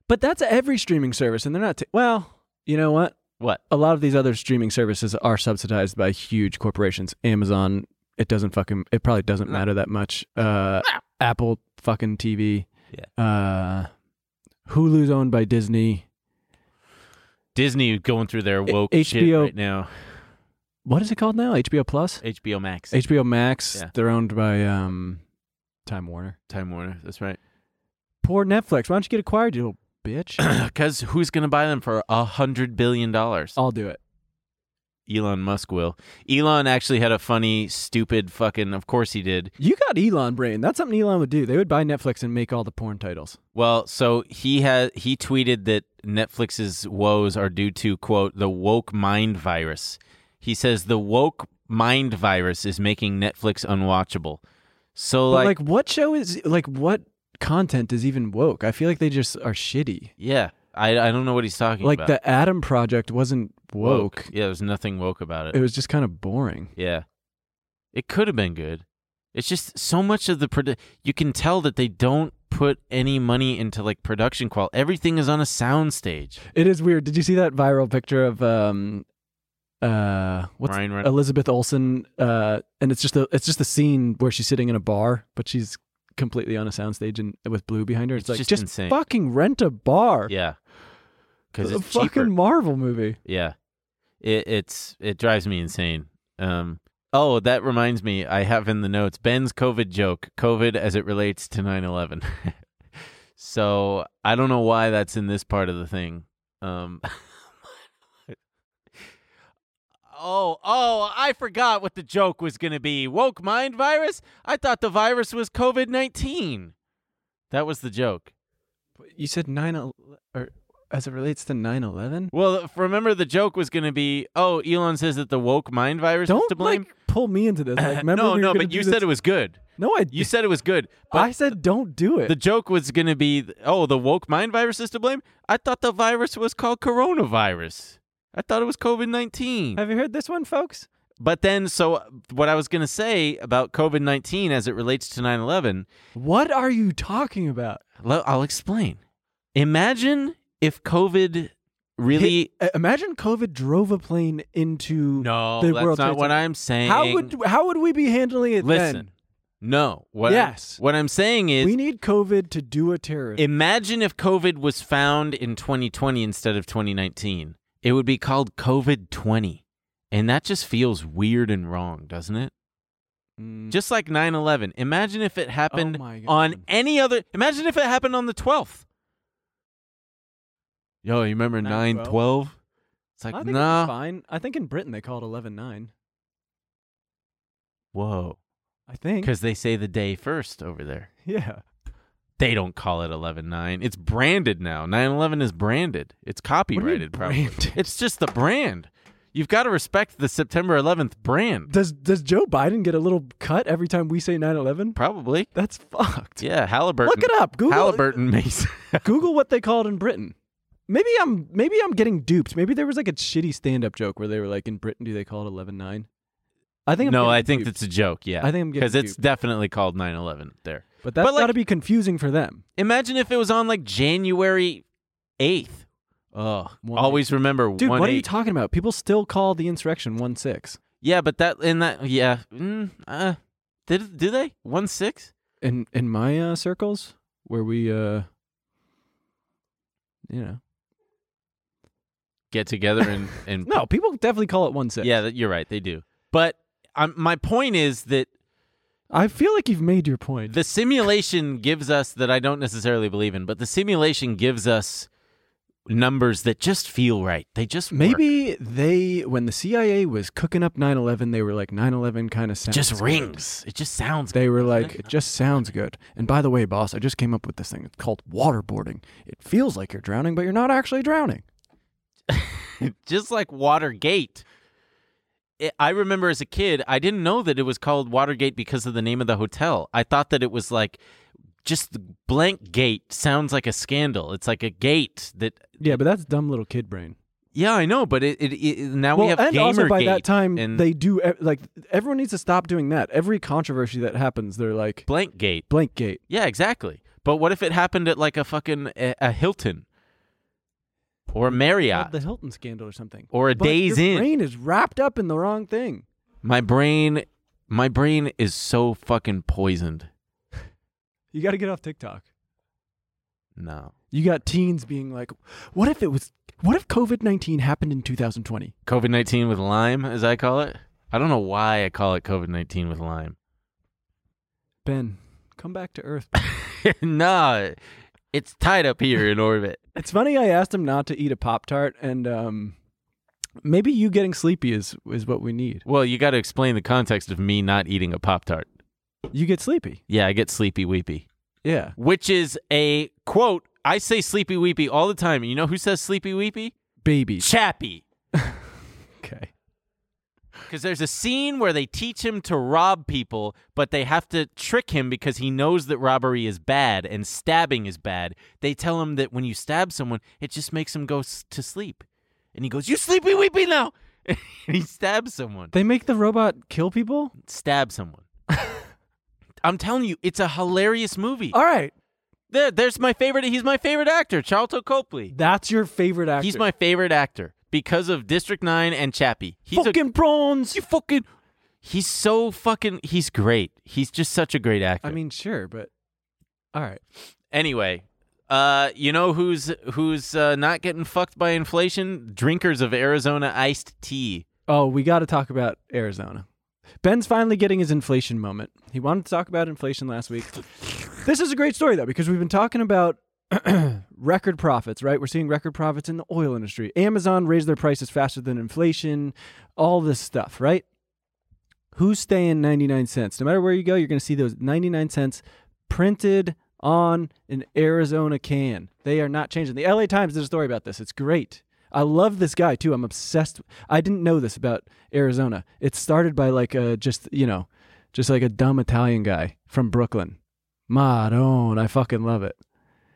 C: But that's every streaming service, and they're not. ta- well, you know what?
B: What?
C: A lot of these other streaming services are subsidized by huge corporations. Amazon, it doesn't fucking. It probably doesn't matter that much. Uh, Apple fucking TV. Yeah. Uh, Hulu's owned by Disney.
B: Disney going through their woke shit
C: HBO
B: right now.
C: What is it called now? HBO Plus.
B: HBO Max.
C: HBO Max.
B: Yeah.
C: They're owned by um, Time Warner.
B: Time Warner. That's right.
C: Poor Netflix. Why don't you get acquired, you little bitch?
B: Because who's going to buy them for a $100 billion?
C: I'll do it.
B: Elon Musk will. Elon actually had a funny, stupid fucking, of course he did.
C: You got Elon brain. That's something Elon would do. They would buy Netflix and make all the porn titles.
B: Well, so he had he tweeted that Netflix's woes are due to quote the woke mind virus. He says the woke mind virus is making Netflix unwatchable. So
C: But
B: like,
C: like, what show is like what content is even woke? I feel like they just are shitty.
B: yeah, I I don't know what he's talking
C: Like
B: about.
C: the Adam Project wasn't woke.
B: Yeah, there's nothing woke about it.
C: It was just kind of boring.
B: yeah, it could have been good. It's just so much of the produ- you can tell that they don't put any money into like production quality. Everything is on a soundstage.
C: It is weird. Did you see that viral picture of um uh what's
B: Ryan Reynolds.
C: Elizabeth Olsen uh and it's just a it's just a scene where she's sitting in a bar but she's completely on a soundstage and with blue behind her. It's,
B: It's
C: like
B: just insane.
C: fucking rent a bar.
B: Yeah, because
C: a
B: it's
C: fucking
B: cheaper.
C: Marvel movie.
B: Yeah, it, it's it drives me insane. Um, oh, that reminds me, I have in the notes Ben's COVID joke, COVID as it relates to 9/11. so I don't know why that's in this part of the thing. Um, oh, oh, I forgot what the joke was going to be. Woke mind virus. I thought the virus was COVID 19. That was the joke.
C: You said 9 el- or as it relates to 9/11?
B: Well, f- remember the joke was going to be, oh, Elon says that the woke mind virus is
C: Don't
B: to blame.
C: like pull me into this. Like, remember
B: no,
C: we were
B: no,
C: gonna
B: but
C: do
B: you
C: this-
B: said it was good.
C: No, I
B: You said it was good. But
C: I said don't do it.
B: the joke was going to be, oh, the woke mind virus is to blame. I thought the virus was called coronavirus. I thought it was COVID 19.
C: Have you heard this one, folks?
B: But then, so what I was going to say about COVID 19 as it relates to 9 11
C: What are you talking about?
B: Well, I'll explain. Imagine if COVID really.
C: Hey, uh, imagine COVID drove a plane into
B: no,
C: the
B: that's
C: World
B: not
C: Trade
B: what
C: Center.
B: I'm saying.
C: How would how would we be handling it
B: Listen.
C: then?
B: No. What
C: Yes.
B: I'm, what I'm saying is
C: we need COVID to do a terrorist.
B: Imagine if COVID was found in 2020 instead of 2019. It would be called COVID 20. And that just feels weird and wrong, doesn't it?
C: Mm. Oh
B: Just like 9 11. Imagine if it happened
C: my God.
B: on any other. Imagine if it happened on the 12th. Yo, you remember 9
C: 9/12?
B: 12? It's
C: I
B: like,
C: think it was
B: nah.
C: fine. I think in Britain they call it 11-9.
B: Whoa.
C: I think.
B: Because they say the day first over there.
C: Yeah.
B: They don't call it 11 9. It's branded now. 9 11 is branded, it's
C: What do you mean
B: copyrighted, probably.
C: branded?
B: It's just the brand. You've got to respect the September 11th brand.
C: Does does Joe Biden get a little cut every time we say 9/11?
B: Probably.
C: That's fucked.
B: Yeah, Halliburton.
C: Look it up. Google-
B: Halliburton Mason.
C: Google what they call it in Britain. Maybe I'm maybe I'm getting duped. Maybe there was like a shitty stand-up joke where they were like, in Britain, do they call it 11-9? I think I'm
B: no,
C: getting
B: I think
C: duped,
B: that's a joke. Yeah.
C: I think I'm getting
B: Because it's
C: duped.
B: definitely called 9 11 there.
C: but that's
B: but, like-
C: got to be confusing for them.
B: Imagine if it was on like January 8th. Oh,
C: One
B: always remember
C: Dude,
B: one
C: what are
B: eight.
C: you talking about? People still call the insurrection one six.
B: yeah, but that in that yeah, mm, uh, did do they one six?
C: In in my uh, circles, where we, uh you know,
B: Get together and and
C: no, people definitely call it one six.
B: yeah, that- you're right, they do. But um, my point is that
C: I feel like you've made your point.
B: the simulation gives us that I don't necessarily believe in, but the simulation gives us numbers that just feel right. They just work.
C: Maybe they, when the CIA was cooking up 9 11, they were like, 9 11 kind of sounds.
B: just
C: good."
B: rings. It just sounds.
C: They
B: good,
C: were
B: doesn't
C: like,
B: it?
C: it just sounds good. And by the way, boss, I just came up with this thing. It's called waterboarding. It feels like you're drowning, but you're not actually drowning.
B: just like Watergate. It, I remember as a kid, I didn't know that it was called Watergate because of the name of the hotel. I thought that it was like just the blank gate sounds like a scandal. It's like a gate that
C: Yeah, but that's dumb little kid brain.
B: yeah, I know, but it, it, it now we
C: well,
B: have
C: and also by that
B: Gamergate
C: time,
B: and
C: they do ev- like everyone needs to stop doing that. Every controversy that happens, they're like
B: blank gate.
C: blank gate.
B: Yeah, exactly. But what if it happened at like a fucking a, a Hilton or a Marriott?
C: the Hilton scandal or something,
B: Or a
C: But
B: Days
C: your
B: Inn.
C: Brain is wrapped up in the wrong thing.
B: my brain, my brain is so fucking poisoned.
C: You got to get off TikTok.
B: No,
C: You got teens being like, "What if it was? What if COVID nineteen happened in 2020?"
B: COVID nineteen with Lyme, as I call it. I don't know why I call it COVID nineteen with Lyme.
C: Ben, come back to Earth.
B: nah, it's tied up here in orbit.
C: it's funny. I asked him not to eat a pop tart, and um, maybe you getting sleepy is is what we need.
B: Well, you got to explain the context of me not eating a pop tart.
C: You get sleepy.
B: Yeah, I get sleepy weepy.
C: Yeah.
B: which is a quote. I say sleepy weepy all the time. You know who says sleepy weepy?
C: Baby.
B: Chappie.
C: Okay.
B: Because there's a scene where they teach him to rob people, but they have to trick him because he knows that robbery is bad and stabbing is bad. They tell him that when you stab someone, it just makes him go s- to sleep. And he goes, You sleepy weepy now. and he stabs someone.
C: They make the robot kill people?
B: Stab someone. I'm telling you, it's a hilarious movie.
C: All right.
B: There, there's my favorite. He's my favorite actor, Charlton Copley.
C: That's your favorite actor.
B: He's my favorite actor because of District Nine and Chappie. He's
C: fucking prawns.
B: a, you fucking. He's so fucking. He's great. He's just such a great actor.
C: I mean, sure, but all right.
B: anyway, uh, you know who's who's uh, not getting fucked by inflation? Drinkers of Arizona iced tea.
C: Oh, we got to talk about Arizona. Ben's finally getting his inflation moment. He wanted to talk about inflation last week. this is a great story though because we've been talking about record profits, right? We're seeing record profits in the oil industry. Amazon raised their prices faster than inflation, all this stuff, right? Who's staying 99 cents? No matter where you go, you're going to see those 99 cents printed on an Arizona can. They are not changing. The LA Times did a story about this. It's great. I love this guy too. I'm obsessed. I didn't know this about Arizona. It started by like a just, you know, just like a dumb Italian guy from Brooklyn. Maron, I fucking love it.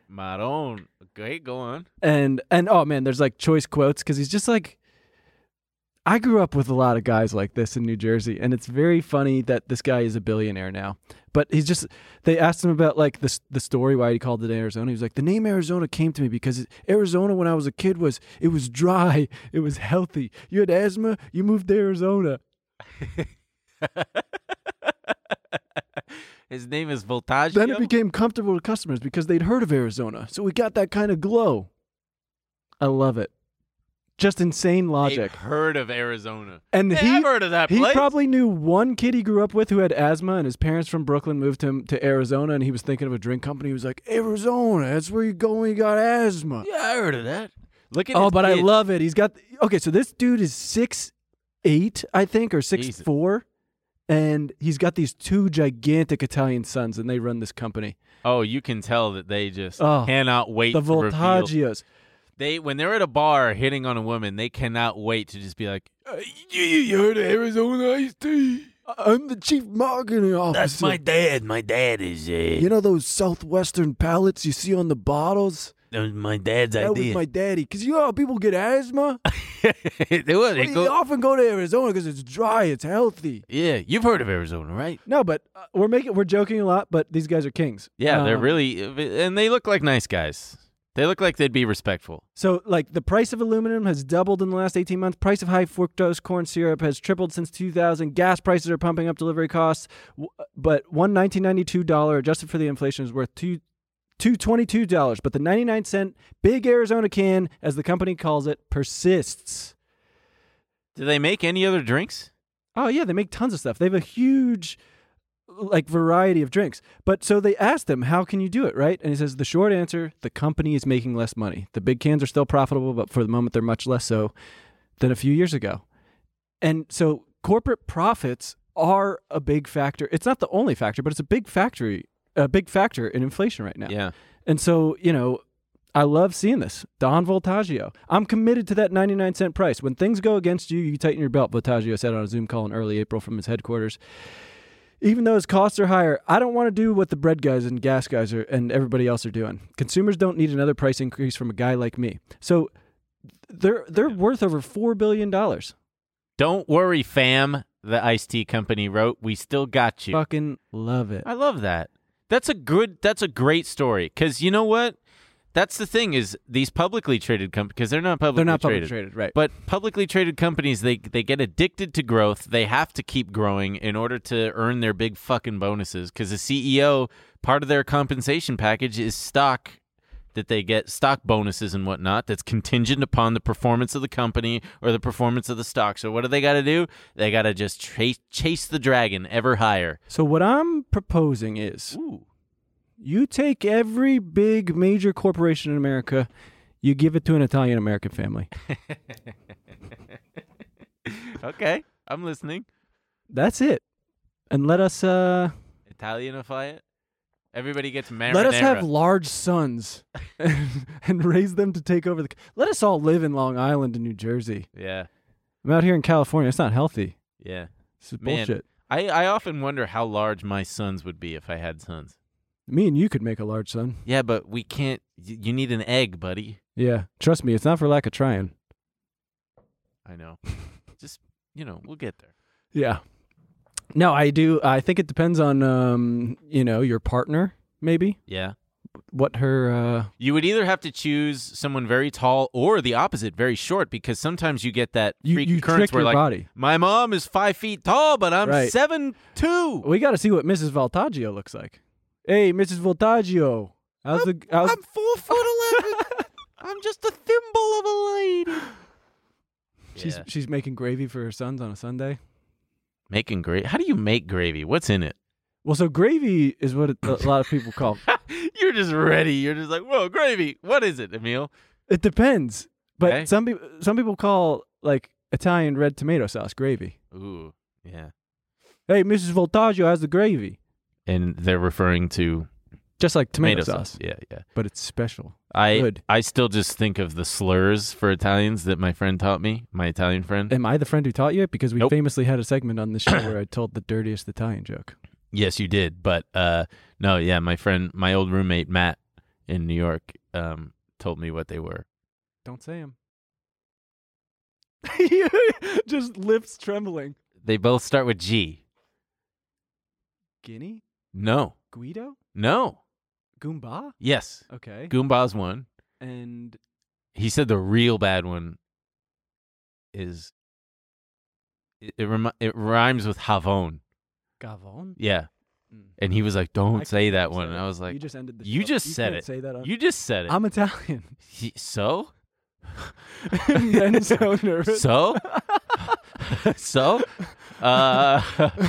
B: Maron. Great, go on.
C: And and oh man, there's like choice quotes because he's just like. I grew up with a lot of guys like this in New Jersey, and it's very funny that this guy is a billionaire now. But he's just. They asked him about like the s- the story why he called it Arizona. He was like, the name Arizona came to me because it- Arizona when I was a kid was it was dry, it was healthy. You had asthma, you moved to Arizona.
B: His name is Voltaggio.
C: Then it became comfortable to customers because they'd heard of Arizona, so we got that kind of glow. I love it. Just insane
B: They've
C: logic.
B: heard of Arizona.
C: And
B: Hey,
C: he,
B: I've heard of that
C: he
B: place.
C: probably knew one kid he grew up with who had asthma, and his parents from Brooklyn moved him to Arizona, and he was thinking of a drink company. He was like, Arizona, that's where you go when you got asthma.
B: Yeah, I heard of that. Look at
C: oh,
B: his
C: but I
B: kid.
C: love it. He's got okay. So this dude is six eight, I think, or six
B: Jesus.
C: four, and he's got these two gigantic Italian sons, and they run this company,
B: Oh, you can tell that they just
C: Oh,
B: cannot wait.
C: the
B: to reveal-
C: Voltaggios.
B: They when they're at a bar hitting on a woman, they cannot wait to just be like, uh, you, you heard of Arizona iced tea?
C: I'm the chief marketing officer.
B: That's my dad. My dad is uh,
C: You know those southwestern pallets you see on the bottles?
B: that was my dad's
C: That was
B: idea.
C: my daddy. Because you know how people get asthma?
B: they would.
C: they
B: They go,
C: often go to Arizona because it's dry, it's healthy.
B: yeah, you've heard of Arizona, right?
C: No, but uh, we're making we're joking a lot, but these guys are kings.
B: Yeah, they're
C: Um,
B: really and they look like nice guys. They look like they'd be respectful.
C: So, like, the price of aluminum has doubled in the last 18 months. Price of high fructose corn syrup has tripled since 2000. Gas prices are pumping up delivery costs. W- But one 1992 dollar adjusted for the inflation is worth two. Two twenty-two dollars, but the ninety-nine cent big Arizona can, as the company calls it, persists.
B: Do they make any other drinks?
C: Oh yeah, they make tons of stuff. They have a huge like variety of drinks. But so they asked him, "How can you do it?" Right? And he says, "The short answer: the company is making less money. The big cans are still profitable, but for the moment, they're much less so than a few years ago." And so corporate profits are a big factor. It's not the only factor, but it's a big factory, a big factor in inflation right now.
B: Yeah.
C: And so, you know, I love seeing this. Don Voltaggio. I'm committed to that 99 cent price. When things go against you, you tighten your belt, Voltaggio said on a Zoom call in early April from his headquarters. Even though his costs are higher, I don't want to do what the bread guys and gas guys are and everybody else are doing. Consumers don't need another price increase from a guy like me. So they're they're worth over 4 billion dollars.
B: Don't worry, fam. The iced tea company wrote, "We still got you."
C: Fucking love it.
B: I love that. That's a good. That's a great story. Because you know what? That's the thing is these publicly traded companies because they're not publicly
C: They're not publicly
B: traded.
C: traded, right.
B: But publicly traded companies they they get addicted to growth. They have to keep growing in order to earn their big fucking bonuses. Because the CEO part of their compensation package is stock that they get stock bonuses and whatnot that's contingent upon the performance of the company or the performance of the stock. So what do they got to do? They got to just chase chase the dragon ever higher.
C: So what I'm proposing is
B: Ooh.
C: you take every big major corporation in America, you give it to an Italian American family.
B: Okay, I'm listening.
C: That's it. And let us uh
B: Italianify it. Everybody gets marinara.
C: let us have large sons and, and raise them to take over the c- Let us all live in Long Island and New Jersey.
B: Yeah,
C: I'm out here in California. It's not healthy.
B: yeah.
C: This is
B: Man,
C: bullshit.
B: I, I often wonder how large my sons would be if I had sons.
C: Me and you could make a large son.
B: Yeah, but we can't. y- You need an egg, buddy.
C: Yeah. Trust me, it's not for lack of trying.
B: I know. Just you know, we'll get there.
C: Yeah. No, I do. I think it depends on, um, you know, your partner, maybe
B: Yeah.
C: what her. Uh,
B: You would either have to choose someone very tall or the opposite, very short, because sometimes you get that
C: You-
B: freak
C: you
B: occurrence
C: trick
B: where
C: your
B: like
C: body.
B: my mom is five feet tall, but I'm
C: Right.
B: seven two.
C: we got to see what Mrs. Voltaggio looks like. Hey, Mrs. Voltaggio, how's the? How's,
B: I'm four foot eleven. I'm just a thimble of a lady.
C: she's
B: Yeah.
C: she's making gravy for her sons on a Sunday.
B: Making gravy. How do you make gravy? What's in it?
C: Well, so gravy is what a lot of people call.
B: You're just ready. You're just like, whoa, gravy. What is it, Emil?
C: it depends, but
B: Okay.
C: some people some people call like Italian red tomato sauce gravy.
B: Ooh, yeah.
C: Hey, Mrs. Voltaggio, how's the gravy?
B: And they're referring to
C: Just like tomato,
B: tomato
C: sauce,
B: sauce. Yeah, yeah.
C: but it's special.
B: I
C: Good.
B: I still just think of the slurs for Italians that my friend taught me, my Italian friend.
C: Am I the friend who taught you it? Because we
B: Nope.
C: famously had a segment on this show where I told the dirtiest Italian joke.
B: Yes, you did. But uh, no, yeah, my friend, my old roommate Matt in New York, um, told me what they were.
C: Don't say him. Just lips trembling.
B: They both start with G.
C: Guinea?
B: No,
C: Guido?
B: no.
C: Goomba?
B: Yes,
C: Okay.
B: Goomba's one.
C: and
B: He said the real bad one is it it, remi- it rhymes with Havon.
C: Gavon?
B: Yeah,
C: Mm.
B: and he was like,
C: I
B: "Don't
C: can't
B: say that
C: say
B: one." And
C: it.
B: I was like,
C: you just ended the
B: "You
C: show.
B: just said
C: can't
B: it.
C: Say that on-
B: You just said it."
C: I'm Italian.
B: He- so
C: and then so nervous.
B: so so uh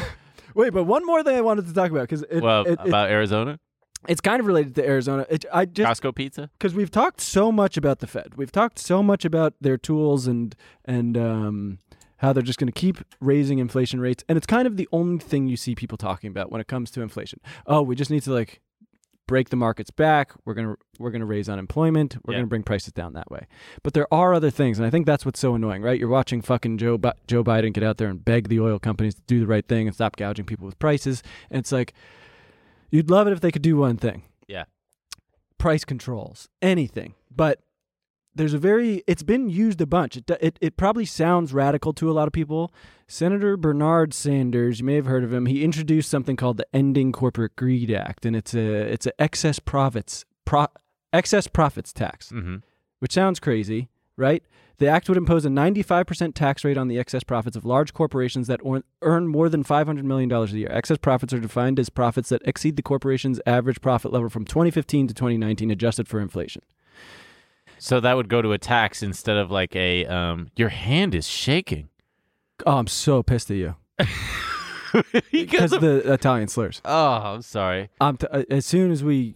C: Wait, but one more thing I wanted to talk about because it,
B: well
C: it- it-
B: about Arizona
C: it's kind of related to Arizona. It, I just
B: Costco pizza
C: because we've talked so much about the Fed. We've talked so much about their tools and and um, how they're just going to keep raising inflation rates, and it's kind of the only thing you see people talking about when it comes to inflation. Oh, we just need to like break the markets back. We're gonna we're gonna raise unemployment. We're
B: Yeah.
C: gonna bring prices down that way. But there are other things, and I think that's what's so annoying, right? You're watching fucking Joe Bi- Joe Biden get out there and beg the oil companies to do the right thing and stop gouging people with prices, and it's like. You'd love it if they could do one thing
B: yeah
C: price controls, anything. But there's a very it's been used a bunch. It it, it probably sounds radical to a lot of people. Senator Bernard Sanders, you may have heard of him. He introduced something called the Ending Corporate Greed Act, and it's a it's a excess profits pro, excess profits tax
B: mm-hmm.
C: which sounds crazy, right? The act would impose a 95% tax rate on the excess profits of large corporations that or- earn more than $500 million a year. Excess profits are defined as profits that exceed the corporation's average profit level from 2015 to 2019, adjusted for inflation.
B: so that would go to a tax instead of like a um your hand is shaking
C: Oh, I'm so pissed at you.
B: he
C: because
B: goes. up-
C: the Italian slurs.
B: oh, I'm sorry.
C: I'm t- uh, as soon as we,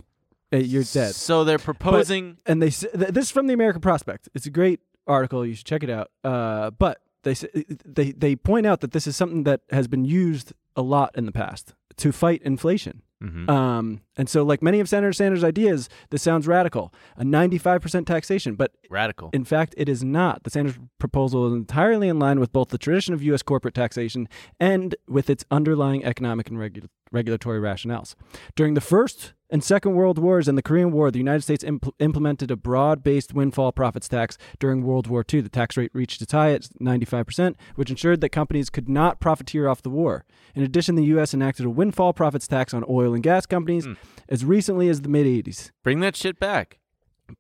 C: uh, you're dead.
B: So they're proposing.
C: and they s- th- this is from the American Prospect. It's a great article. You should check it out. Uh, but they s- they they point out that this is something that has been used a lot in the past to fight inflation.
B: Hmm.
C: Um, and so, like many of Senator Sanders' ideas, this sounds radical. A 95% taxation, but
B: Radical.
C: in fact, it is not. The Sanders proposal is entirely in line with both the tradition of U.S. corporate taxation and with its underlying economic and regu- regulatory rationales. During the First and Second World Wars and the Korean War, the United States impl- implemented a broad based windfall profits tax. During World War II, the tax rate reached its high at 95%, which ensured that companies could not profiteer off the war. In addition, the U.S. enacted a windfall profits tax on oil and gas companies
B: Hmm.
C: as recently as the mid 80s.
B: Bring that shit back.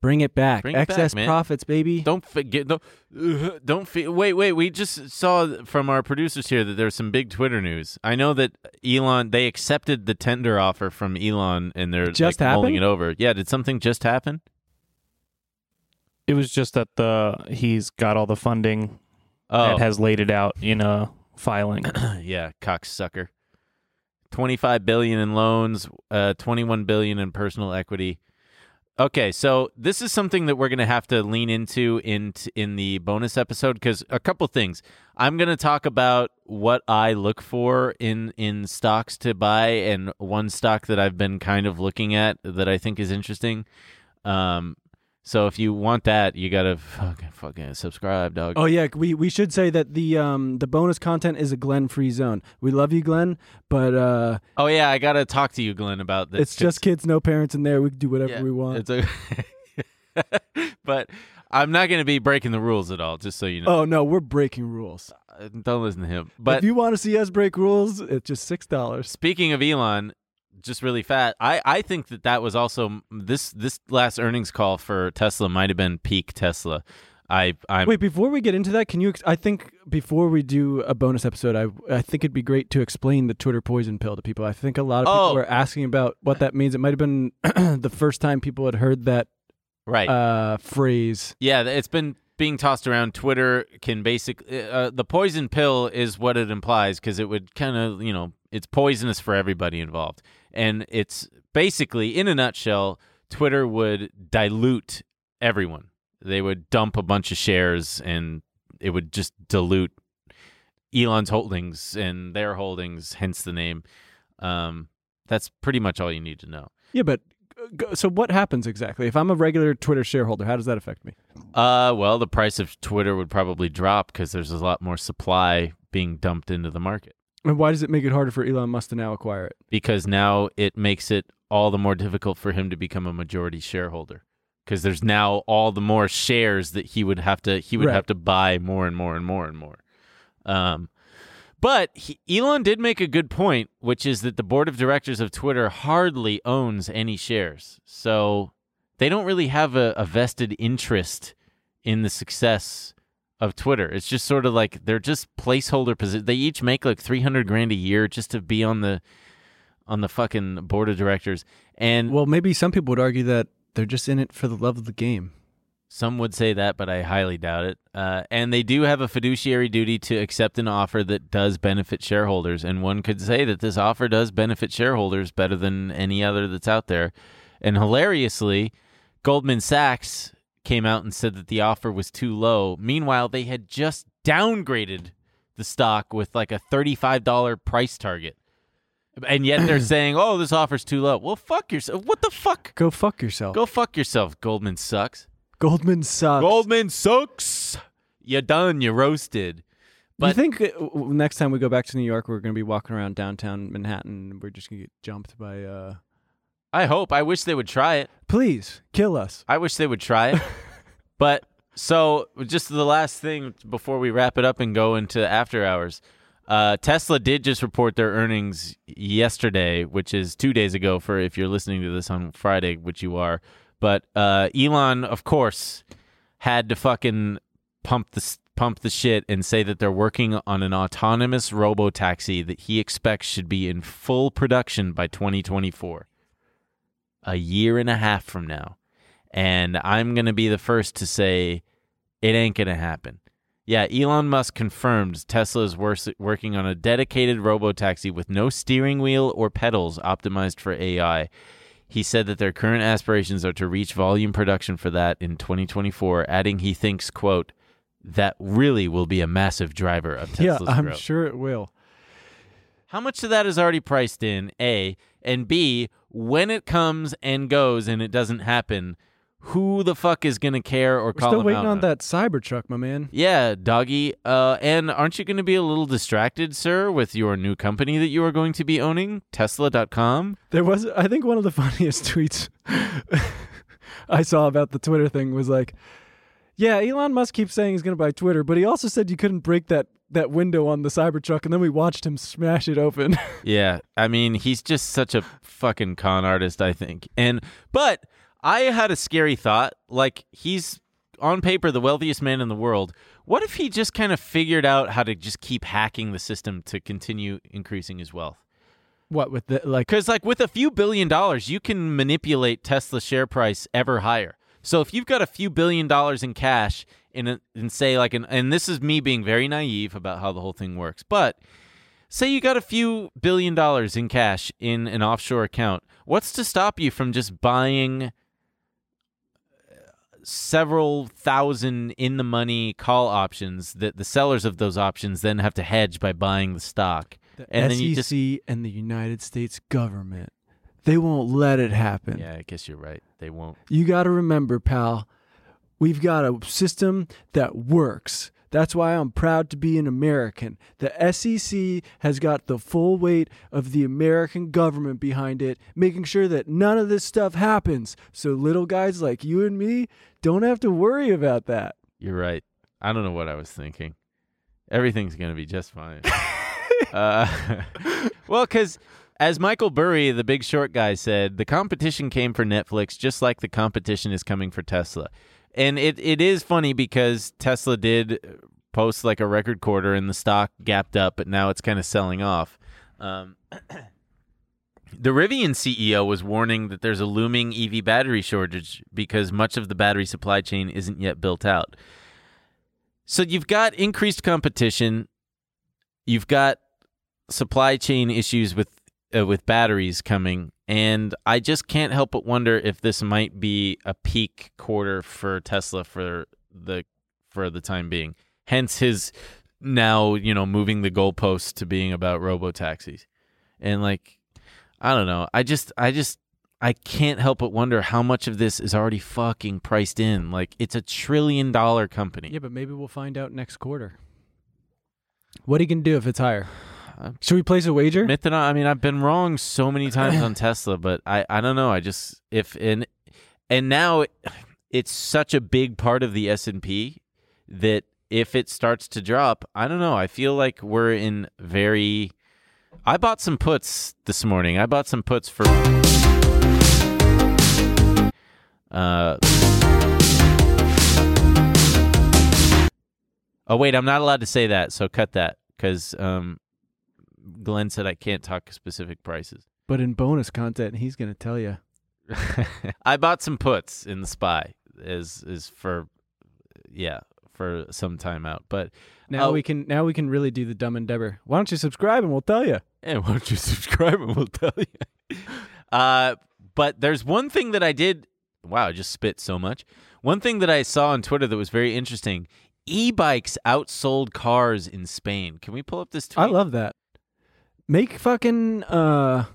C: Bring it back.
B: Bring it back,
C: Excess
B: man.
C: profits, baby.
B: Don't forget. Don't, ugh, don't feel. Wait, wait. We just saw from our producers here that there's some big Twitter news. I know that Elon. They accepted the tender offer from Elon, and they're
C: Just
B: like, mulling
C: happened?
B: it over. Yeah. Did something just happen?
J: It was just that the he's got all the funding
B: Oh,
J: and has laid it out in a filing.
B: yeah. Cocksucker. Twenty-five billion in loans. Uh, twenty-one billion in personal equity. Okay, so this is something that we're going to have to lean into in in the bonus episode because a couple things. I'm going to talk about what I look for in in stocks to buy, and one stock that I've been kind of looking at that I think is interesting. Um, so if you want that, you got to fucking fucking subscribe, dog.
C: Oh yeah, we we should say that the um the bonus content is a Glenn free zone. We love you, Glenn, but uh
B: Oh yeah, I got to talk to you, Glenn, about this.
C: it's just kids, no parents in there. We can do whatever
B: Yeah,
C: we
B: It's
C: want.
B: a- but I'm not going to be breaking the rules at all, just so you know.
C: Oh no, we're breaking rules.
B: Uh, Don't listen to him.
C: But
B: But
C: if you want to see us break rules, it's just six dollars.
B: speaking of Elon, just really fat. I, I think that that was also this this last earnings call for Tesla might have been peak Tesla. I I'm
C: Wait, before we get into that, can you? Ex- I think before we do a bonus episode, I I think it'd be great to explain the Twitter poison pill to people. I think a lot of
B: Oh.
C: people were asking about what that means. It might have been the first time people had heard that
B: right.
C: uh phrase.
B: Yeah, th- it's been being tossed around. Twitter can basically uh, the poison pill is what it implies because it would kind of you know it's poisonous for everybody involved, and it's basically in a nutshell, Twitter would dilute everyone. They would dump a bunch of shares, and it would just dilute Elon's holdings and their holdings, hence the name. Um, that's pretty much all you need to know.
C: Yeah, but g- so what happens exactly if I'm a regular Twitter shareholder? How does that affect me?
B: Uh, well, the price of Twitter would probably drop because there's a lot more supply being dumped into the market.
C: And why does it make it harder for Elon Musk to now acquire it?
B: Because now it makes it all the more difficult for him to become a majority shareholder. Because there's now all the more shares that he would have to he would
C: Right.
B: have to buy more and more and more and more. Um, but he, Elon did make a good point, which is that the board of directors of Twitter hardly owns any shares, so they don't really have a, a vested interest in the success of Twitter. It's just sort of like they're just placeholder position. They each make like three hundred grand a year just to be on the on the fucking board of directors, and
C: Well, maybe some people would argue that they're just in it for the love of the game.
B: Some would say that, but I highly doubt it. Uh, and they do have a fiduciary duty to accept an offer that does benefit shareholders. And one could say that this offer does benefit shareholders better than any other that's out there. And hilariously, Goldman Sachs came out and said that the offer was too low. Meanwhile, they had just downgraded the stock with like a $35 price target. And yet they're saying, oh, this offer's too low. Well, fuck yourself. What the fuck?
C: Go fuck yourself.
B: Go fuck yourself, Goldman sucks.
C: Goldman sucks.
B: Goldman sucks. You're done. You're roasted.
C: you
B: But
C: think uh, w- next time we go back to New York, we're going to be walking around downtown Manhattan and we're just going to get jumped by, uh,
B: I hope. I wish they would try it.
C: please kill us.
B: I wish they would try it. but so, just the last thing before we wrap it up and go into after hours. Uh, Tesla did just report their earnings yesterday, which is two days ago. For if you're listening to this on Friday, which you are, but uh, Elon, of course, had to fucking pump the s- pump the shit and say that they're working on an autonomous robo taxi that he expects should be in full production by 2024, a year and a half from now. And I'm gonna be the first to say it ain't gonna happen. Yeah, Elon Musk confirmed Tesla is wor- working on a dedicated robotaxi with no steering wheel or pedals optimized for AI. He said that their current aspirations are to reach volume production for that in 2024, adding he thinks, quote, that really will be a massive driver of Tesla's
C: yeah, I'm
B: growth.
C: sure it will.
B: How much of that is already priced in, A, and B, when it comes and goes and it doesn't happen, who the fuck is going to care or
C: We're
B: call
C: still
B: them
C: waiting
B: out
C: on
B: it?
C: that Cybertruck, my man.
B: Yeah, doggy. Uh, and aren't you going to be a little distracted, sir, with your new company that you are going to be owning, Tesla.com?
C: There was, I think, one of the funniest tweets I saw about the Twitter thing was like, "Yeah, Elon Musk keeps saying he's going to buy Twitter, but he also said you couldn't break that that window on the Cybertruck, and then we watched him smash it open."
B: Yeah, I mean, he's just such a fucking con artist, I think. And but I had a scary thought. Like he's on paper the wealthiest man in the world. What if he just kind of figured out how to just keep hacking the system to continue increasing his wealth?
C: what with the like?
B: Because like with a few billion dollars, you can manipulate Tesla's share price ever higher. So if you've got a few billion dollars in cash, in a, in say like an, and this is me being very naive about how the whole thing works, but say you got a few billion dollars in cash in an offshore account, what's to stop you from just buying uh, several thousand in the money call options that the sellers of those options then have to hedge by buying the stock,
C: The
B: and
C: SEC
B: then you just
C: E and the United States government, they won't let it happen.
B: yeah, I guess you're right. They won't.
C: You got to remember, pal, we've got a system that works. That's why I'm proud to be an American. The SEC has got the full weight of the American government behind it, making sure that none of this stuff happens. So little guys like you and me don't have to worry about that.
B: You're right. I don't know what I was thinking. Everything's going to be just fine. uh, well, because as Michael Burry, the big short guy, said, the competition came for Netflix just like the competition is coming for Tesla. And it, it is funny because Tesla did uh, post like a record quarter and the stock gapped up, but now it's kind of selling off. Um, the Rivian CEO was warning that there's a looming EV battery shortage because much of the battery supply chain isn't yet built out. So you've got increased competition, you've got supply chain issues with uh, with batteries coming, and I just can't help but wonder if this might be a peak quarter for Tesla for the for the time being. Hence his now, you know, moving the goalposts to being about robo taxis. And like I don't know. I just I just I can't help but wonder how much of this is already fucking priced in. Like it's a trillion dollar company.
C: but maybe we'll find out next quarter. What are you going to do if it's higher? Uh, Should we place a wager?
B: Mythanon, I mean, I've been wrong so many times on Tesla, but I, I don't know. I just if and and now it- it's such a big part of the S and P that if it starts to drop, I don't know. I feel like we're in very. I bought some puts this morning. I bought some puts for. Uh. Oh wait, I'm not allowed to say that, so cut that because um, Glenn said I can't talk specific prices.
C: But in bonus content, he's going to tell you.
B: I bought some puts in the spy is is for yeah, for some time out. But
C: Now
B: uh,
C: we can now we can really do the dumb endeavor. Why don't you subscribe and we'll tell you?
B: And why don't you subscribe and we'll tell you. uh, but there's one thing that I did. Wow, I just spit so much. One thing that I saw on Twitter that was very interesting e bikes outsold cars in Spain. Can we pull up this tweet?
C: I love that. Make fucking uh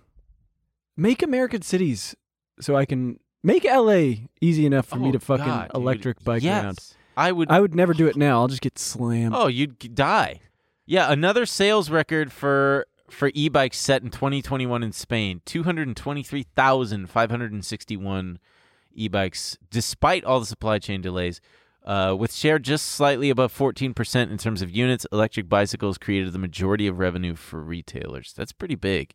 C: make American cities so I can make LA easy enough for me
B: Oh,
C: to fucking
B: God, dude.
C: electric bike
B: yes.
C: around.
B: I would
C: I would never do it now. I'll just get slammed.
B: Oh, you'd g- die. Yeah, another sales record for for e-bikes set in 2021 in Spain. 223,561 e-bikes despite all the supply chain delays. Uh, with share just slightly above 14% in terms of units, electric bicycles created the majority of revenue for retailers. That's pretty big.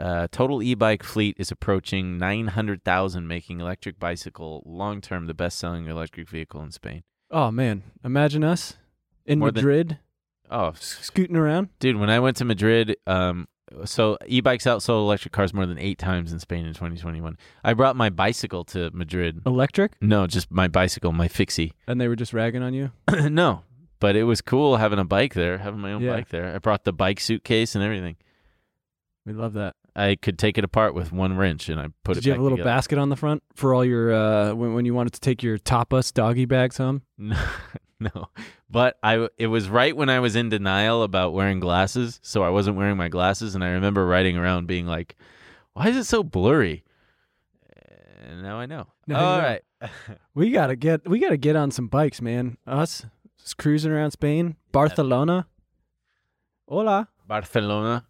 B: Uh, total e-bike fleet is approaching 900,000, making electric bicycle long-term the best-selling electric vehicle in Spain.
C: Oh man, imagine us in
B: More than-
C: Madrid
B: Oh,
C: scooting around.
B: Dude, when I went to Madrid, um, so e-bikes outsold electric cars more than eight times in Spain in 2021. I brought my bicycle to Madrid.
C: Electric?
B: No, just my bicycle, my fixie.
C: And they were just ragging on you?
B: no, But it was cool having a bike there, having my own
C: Yeah.
B: bike there. I brought the bike suitcase and everything.
C: We love that.
B: I could take it apart with one wrench, and I put it.
C: Did you
B: back
C: have a little
B: together.
C: basket on the front for all your uh, when when you wanted to take your tapas doggy bags home?
B: No, no. But I it was right when I was in denial about wearing glasses, so I wasn't wearing my glasses and I remember riding around being like, "Why is it so blurry?" And now I know.
C: No,
B: All
C: you
B: right.
C: don't. we gotta get we gotta get on some bikes, man. Us just cruising around Spain, Barcelona. Hola.
B: Barcelona.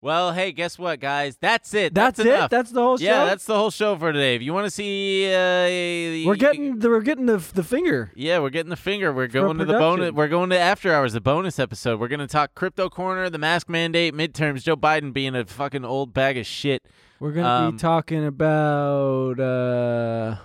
B: Well, hey, guess what, guys? That's it.
C: That's, it.
B: enough.
C: That's the whole
B: Yeah,
C: show.
B: that's the whole show for today. If you want to see, uh, the-
C: we're getting the, we're getting the the finger.
B: Yeah, we're getting the finger. We're
C: a
B: going to the
C: production.
B: bonus. We're going to after hours, the bonus episode. We're going to talk crypto corner, the mask mandate, midterms, Joe Biden being a fucking old bag of shit.
C: We're gonna
B: Um,
C: be talking about. Uh,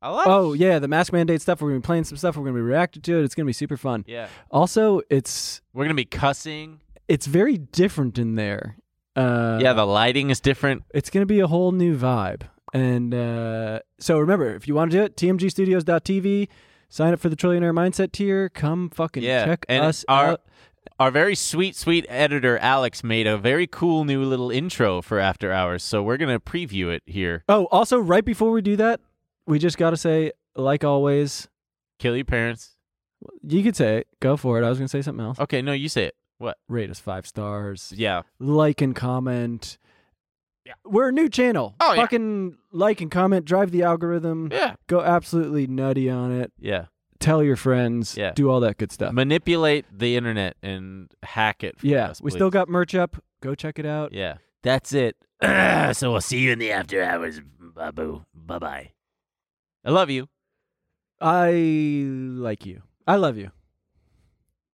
B: I love
C: oh yeah, the mask mandate stuff. We're gonna be playing some stuff. We're gonna be reacting to it. It's gonna be super fun.
B: Yeah.
C: Also, it's
B: We're gonna be cussing.
C: it's very different in there. Uh,
B: yeah, the lighting is different.
C: It's going to be a whole new vibe. And uh, so remember, if you want to do it, tmgstudios.tv, sign up for the Trillionaire Mindset tier. Come fucking
B: Yeah,
C: check
B: and
C: us
B: our
C: out.
B: our very sweet sweet editor Alex made a very cool new little intro for After Hours, so we're gonna preview it here.
C: Oh, also, right before we do that, we just got to say, like always,
B: Kill your parents.
C: you could say it. Go for it. I was going to say something else.
B: Okay, no, you say it. What?
C: Rate us five stars.
B: Yeah.
C: Like and comment. Yeah. We're a new channel.
B: Oh, yeah.
C: Fucking like and comment. Drive the algorithm.
B: Yeah.
C: Go absolutely nutty on it.
B: Yeah.
C: Tell your friends.
B: Yeah.
C: Do all that good stuff.
B: Manipulate the internet and hack it. For
C: Yeah,
B: us,
C: we
B: please.
C: still got merch up. Go check it out.
B: Yeah. That's it. so we'll see you in the After Hours, Babu. Bye bye. I love you.
C: I like you. I love you.